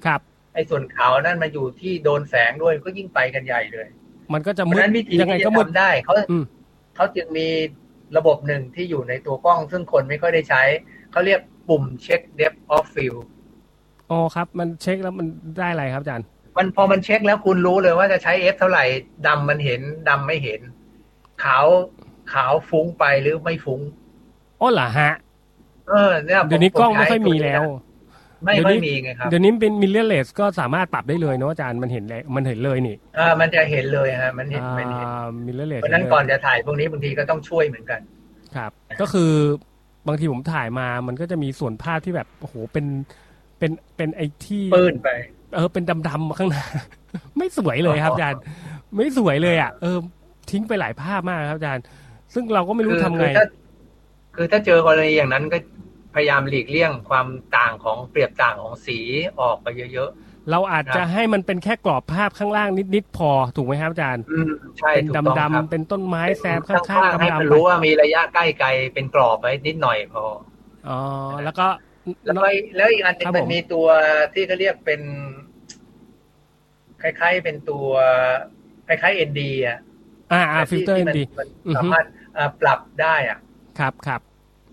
Speaker 4: ครับ ไอ้ส่วนขาวนั่นมาอยู่ที่โดนแสงด้วยก็ยิ่งไปกันใหญ่เลย
Speaker 3: มันก็จะ
Speaker 4: เพ
Speaker 3: มื
Speaker 4: ราะฉะ
Speaker 3: ด
Speaker 4: นั้นวิธี
Speaker 3: ยังไง
Speaker 4: ที่
Speaker 3: ก็
Speaker 4: จะ
Speaker 3: มืด
Speaker 4: ทำได้เขา
Speaker 3: อืม
Speaker 4: เขาจึงมีระบบหนึ่งที่อยู่ในตัวกล้อง ซึ่งคนไม่ค่อยได้ใช้ เขาเรียกปุ่มเช็ค depth of field
Speaker 3: อ๋อครับ มันเช็คแล้วมันได้อะไรครับอาจารย์
Speaker 4: มันพอมันเช็คแล้วคุณรู้เลยว่าจะใช้ f เท่าไหร่ดำมันเห็นดำไม่เห็น ขาวขาวฟุ้งไปหรือไม่ฟุ้ง
Speaker 3: อ๋อเหรอฮะ
Speaker 4: เออเนี่ยผม
Speaker 3: เดี๋ยวนี้กล้องไม่ค่อยมีแล้ว
Speaker 4: ไม่ค่อยมีไงครับ
Speaker 3: เดี๋ยวนี้เป็นมิลเลอร์เลสก็สามารถปรับได้เลยเนาะอาจารย์มันเห็นเลยมันเห็นเลยนี่
Speaker 4: เออมันจะเห็นเลยฮะ มันเห็นมันเห็น
Speaker 3: มิลเลอร์เลส
Speaker 4: เพราะฉะนั้นก่อนจะถ่ายพวกนี้บางทีก็ต้องช่วยเหมือนกัน
Speaker 3: ครับ ก็คือบางทีผมถ่ายมามันก็จะมีส่วนภาพที่แบบโอ้โหเป็นเป็นเป็นไอที่
Speaker 4: ปืนไป
Speaker 3: เออเป็นดำๆข้างห น้า ไม่สวยเลยครับอาจารย์ ไม่สวยเลยอ่ะเออทิ้งไปหลายภาพมากครับอาจารย์ ซึ่งเราก็ไม่รู้
Speaker 4: คือ
Speaker 3: ทำ
Speaker 4: คื
Speaker 3: ไง
Speaker 4: อถ้าคือถ้าเจอกรณีอย่างนั้นก็พยายามหลีกเลี่ยงความต่างของเปรียบต่างของสีออกไปเยอะ
Speaker 3: เราอาจจะให้มันเป็นแค่กรอบภาพข้างล่างนิดๆพอถูกไหมครับอาจารย์
Speaker 4: ๆ อืมใช่
Speaker 3: เป็น
Speaker 4: ถูกต้องครับ
Speaker 3: ดำๆเป็นต้นไม้แซมข้าง
Speaker 4: ข้างๆให้
Speaker 3: ๆ
Speaker 4: มัน
Speaker 3: ดำ
Speaker 4: รู้ว่ามีระยะใกล้ไกลเป็นกรอบไว้นิดหน่อยพอ
Speaker 3: ๆอ๋อแล้วก็
Speaker 4: แล้วก็แล้วอีกอันหนึง
Speaker 3: ครับ
Speaker 4: มัน
Speaker 3: ผม
Speaker 4: มีตัวที่เขาเรียกเป็น คล้ายๆเป็นตัว คล้ายๆเอ็นดีอะ
Speaker 3: อ่าอ่าฟิ
Speaker 4: ที่
Speaker 3: ลเตอร์
Speaker 4: ที่มัน
Speaker 3: ดี
Speaker 4: มัน
Speaker 3: อือฮึ
Speaker 4: สามารถเอ่อปรับได้อ่ะ
Speaker 3: ครับครับ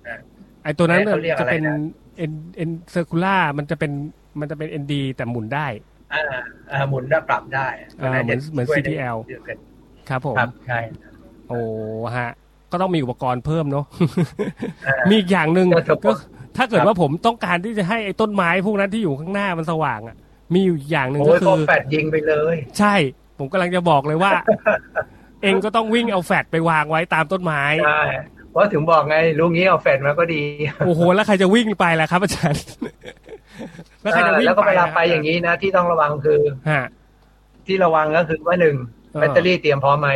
Speaker 4: อ่ะ
Speaker 3: ไอตัวนั้น
Speaker 4: เอ๊ะเขาเรียก
Speaker 3: จะ
Speaker 4: อะไร
Speaker 3: เป็น
Speaker 4: นะ
Speaker 3: เอ็นเอ็นเซอร์คูล่ามันจะเป็นมันจะเป็นเอ็นดีแต่หมุนได้
Speaker 4: อ่าอ่าหมุนได้ปรับได้ะ
Speaker 3: อ่าเหมือนเหมือน
Speaker 4: ช่วยได้
Speaker 3: CTL
Speaker 4: เยอะเกิน
Speaker 3: ครับผม
Speaker 4: ครับใช่
Speaker 3: โอ้ฮะ ก็ต้องมีอุปกรณ์เพิ่มเนาะ
Speaker 4: อ่า
Speaker 3: มีอีกอย่างหนึ่ง
Speaker 4: ก็จะบอก
Speaker 3: ก็ถ้าเกิด
Speaker 4: ครับ
Speaker 3: ว่าผมต้องการที่จะให้ไอ้ต้นไม้พวกนั้นที่อยู่ข้างหน้ามันสว่างอ่ะ มีอยู่อย่างหนึ่ง
Speaker 4: โอ้
Speaker 3: ก็
Speaker 4: ย
Speaker 3: คื
Speaker 4: ก็
Speaker 3: อ
Speaker 4: แฟดยิงไปเลย
Speaker 3: ใช่ ผมกำลังจะบอก เลยว่า เองก็ต้องวิ่งเอาแฟลชไปวางไว้ตามต้นไม้
Speaker 4: ใช่เพราะถึงบอกไงลุงนี้เอาแฟดมาก็ดี
Speaker 3: โอ้โห แล้วใครจะวิ่งไปล่ะครับอาจารย์ แล้วใคร
Speaker 4: เอ
Speaker 3: จะ
Speaker 4: อ
Speaker 3: วิ่ง
Speaker 4: แล้วก็เวลาไปอย่าง
Speaker 3: นี้
Speaker 4: นี้นะที่ต้องระวังคือ
Speaker 3: ฮะ
Speaker 4: ที่ระวังก็คือว่าหนึ่ง
Speaker 3: เออ
Speaker 4: แบตเตอรี่เตรียมพร้อมไหม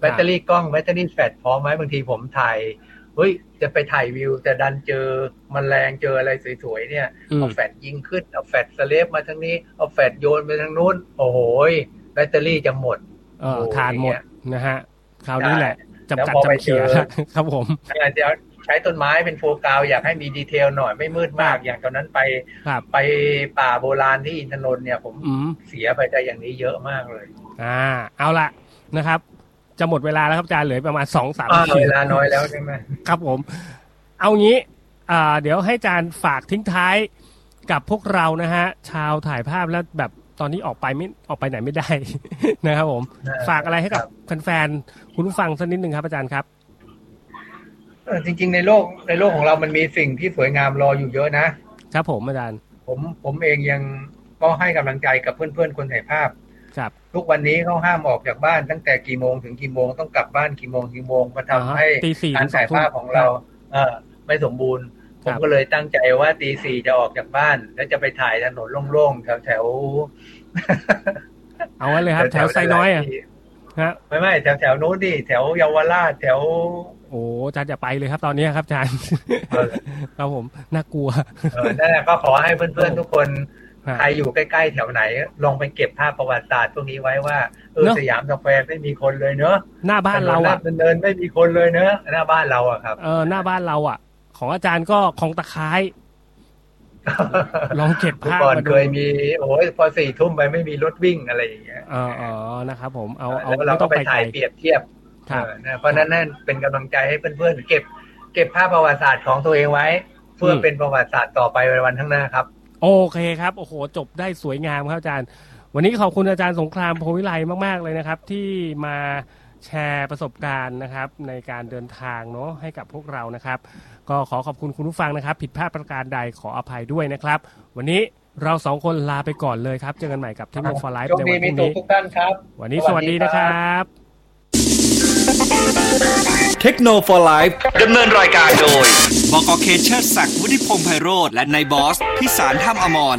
Speaker 4: แบตเตอรี่กล้องแบตเตอรี่แฟดพร้อมไหมบางทีผมถ่ายเฮ้ยจะไปถ่ายวิว แต่ดันเจอแมันแรงเจออะไรสวยๆเนี่ย
Speaker 3: อืม
Speaker 4: เอาแฟดยิงขึ้น เอาแฟดสเลปมาทางนี้ เอาแฟดโยนไปทางนู้น โอ้โหยแบตเตอรี่จะหมด
Speaker 3: เออ
Speaker 4: โอ้โห
Speaker 3: ทานหมดนะฮะ คราวนี้แหละจำกัด
Speaker 4: แล้วพอไป
Speaker 3: จำเขีย
Speaker 4: เจอ
Speaker 3: ครับผม
Speaker 4: อาจจะใช้ต้นไม้เป็นโฟกาวอยากให้มีดีเทลหน่อยไม่มืดมาก อย่างตอนนั้นไป
Speaker 3: ครับ
Speaker 4: ไปป่าโบราณที่อินทนนท์เนี่ย ผม
Speaker 3: อืม
Speaker 4: เสียไปแต่อย่างนี้เยอะมากเลย
Speaker 3: อ่า เอาละนะครับ จะหมดเวลาแล้วครับอาจารย์เหลือประมาณสองสาม
Speaker 4: อ่า
Speaker 3: นาที
Speaker 4: เวลาน้อยแล้วใช่ไหม
Speaker 3: ครับผม เอางี้อ่าเดี๋ยวให้อาจารย์ฝากทิ้งท้ายกับพวกเรานะฮะ ชาวถ่ายภาพแล้วแบบตอนนี้ออกไปไม่ออกไปไหนไม่ได้ นะครับผม ฝากอะไรให้กับแฟนๆ คุณผู้ฟังสักนิดหนึ่งครับอาจารย์ครับ
Speaker 4: เออจริง ๆ ในโลกในโลกของเรามันมีสิ่งที่สวยงามรออยู่เยอะนะ
Speaker 3: ครับผมอาจารย์
Speaker 4: ผมผมเองยังก็ให้กำลังใจกับเพื่อนๆคนถ่ายภาพ
Speaker 3: ครับ
Speaker 4: ทุกวันนี้เขาห้ามออกจากบ้านตั้งแต่กี่โมงถึงกี่โมงต้องกลับบ้านกี่โมงกี่โมงมาทำ
Speaker 3: อ่าฮะ
Speaker 4: ให้
Speaker 3: ตีสี่
Speaker 4: การถ่ายภาพ
Speaker 3: ถึงสองทุ่ม
Speaker 4: ของเรา เออไม่สมบูรณ์
Speaker 3: ค
Speaker 4: ผ
Speaker 3: รับ
Speaker 4: มก็เลยตั้งใจว่าตีสี่จะออกจากบ้าน แล้วจะไปถ่ายถนนโล่งๆแถวแถว
Speaker 3: เอาไว้เลยครับ แถวไซน้อยอ่ะฮะ
Speaker 4: ไม่ไม่แถวแถวๆนู้นดิแถวเยาวราชแถว
Speaker 3: โอ้อาจารย์จะไปเลยครับ ตอนนี้ครับอาจารย์
Speaker 4: เออ
Speaker 3: ครับผม น่ากลัว
Speaker 4: เออนั่นแหละก็ขอให้เพื่อนๆทุกคน
Speaker 3: ฮะ
Speaker 4: ใครอยู่ใกล้ๆแถวไหน ลองไปเก็บภาพประวัติศาสตร์พวกนี้ไว้ว่าเออ
Speaker 3: เนอะ
Speaker 4: สยามสแควร์ไม่มีคนเลยเนอะ
Speaker 3: หน้าบ้านเรา
Speaker 4: ถลด
Speaker 3: อ่ะ
Speaker 4: ดำเนินไม่มีคนเลยเนอะหน้าบ้านเราอะ ครับ
Speaker 3: เออหน้าบ้านเราอ่ะ ของอาจารย์ก็ของตะไคร้ลองเก็บ
Speaker 4: เมื่อ
Speaker 3: ภาพ
Speaker 4: ก่อน
Speaker 3: มา
Speaker 4: เค
Speaker 3: ดู
Speaker 4: ยมี โอ้ยพอสี่ทุ่มไปไม่มีรถวิ่งอะไรอย่างเงี้ย
Speaker 3: เอออ๋อนะครับผมเอาเอา
Speaker 4: แล้วเรา
Speaker 3: ม่
Speaker 4: ก็ไป
Speaker 3: ล
Speaker 4: ถ่ายเปรียบเทียบ
Speaker 3: ครับ
Speaker 4: เออนะเพราะฉะนั้นนั่นเป็นกำลังใจให้เพื่อนๆเก็บ เก็บภาพประวัติศาสตร์ของตัวเองไว้ เพื่อเป็นประวัติศาสตร์ต่อไปในวันข้างหน้าครับ
Speaker 3: โอเคครับ โอ้โห จบได้สวยงามครับอาจารย์ วันนี้ขอบคุณอาจารย์สงครามโพวิไลมาก ๆ เลยนะครับ ที่มาแชร์ประสบการณ์นะครับ ในการเดินทางเนาะให้กับพวกเรานะครับ ก็ขอขอบคุณคุณผู้ฟังนะครับ ผิดพลาดประการใดขออภัยด้วยนะครับ วันนี้เราสองคนลาไปก่อนเลยครับเจอกันใหม่กับเทคโนโลยีไล
Speaker 4: โช
Speaker 3: ฟ์
Speaker 4: ค
Speaker 3: ใน
Speaker 4: ดี
Speaker 3: วันพ
Speaker 4: มี
Speaker 3: รุ่ง
Speaker 4: สุข
Speaker 3: นี้
Speaker 4: ทุกท่านครับ
Speaker 3: วันนี้สวัสดีนะครับ
Speaker 2: เทคโนโลยีดำเนินรายการโดย บกเคเชอร์ศักดิ์วุฒิพงษ์ไพโรธและนายบอส พิสารท่ามอมร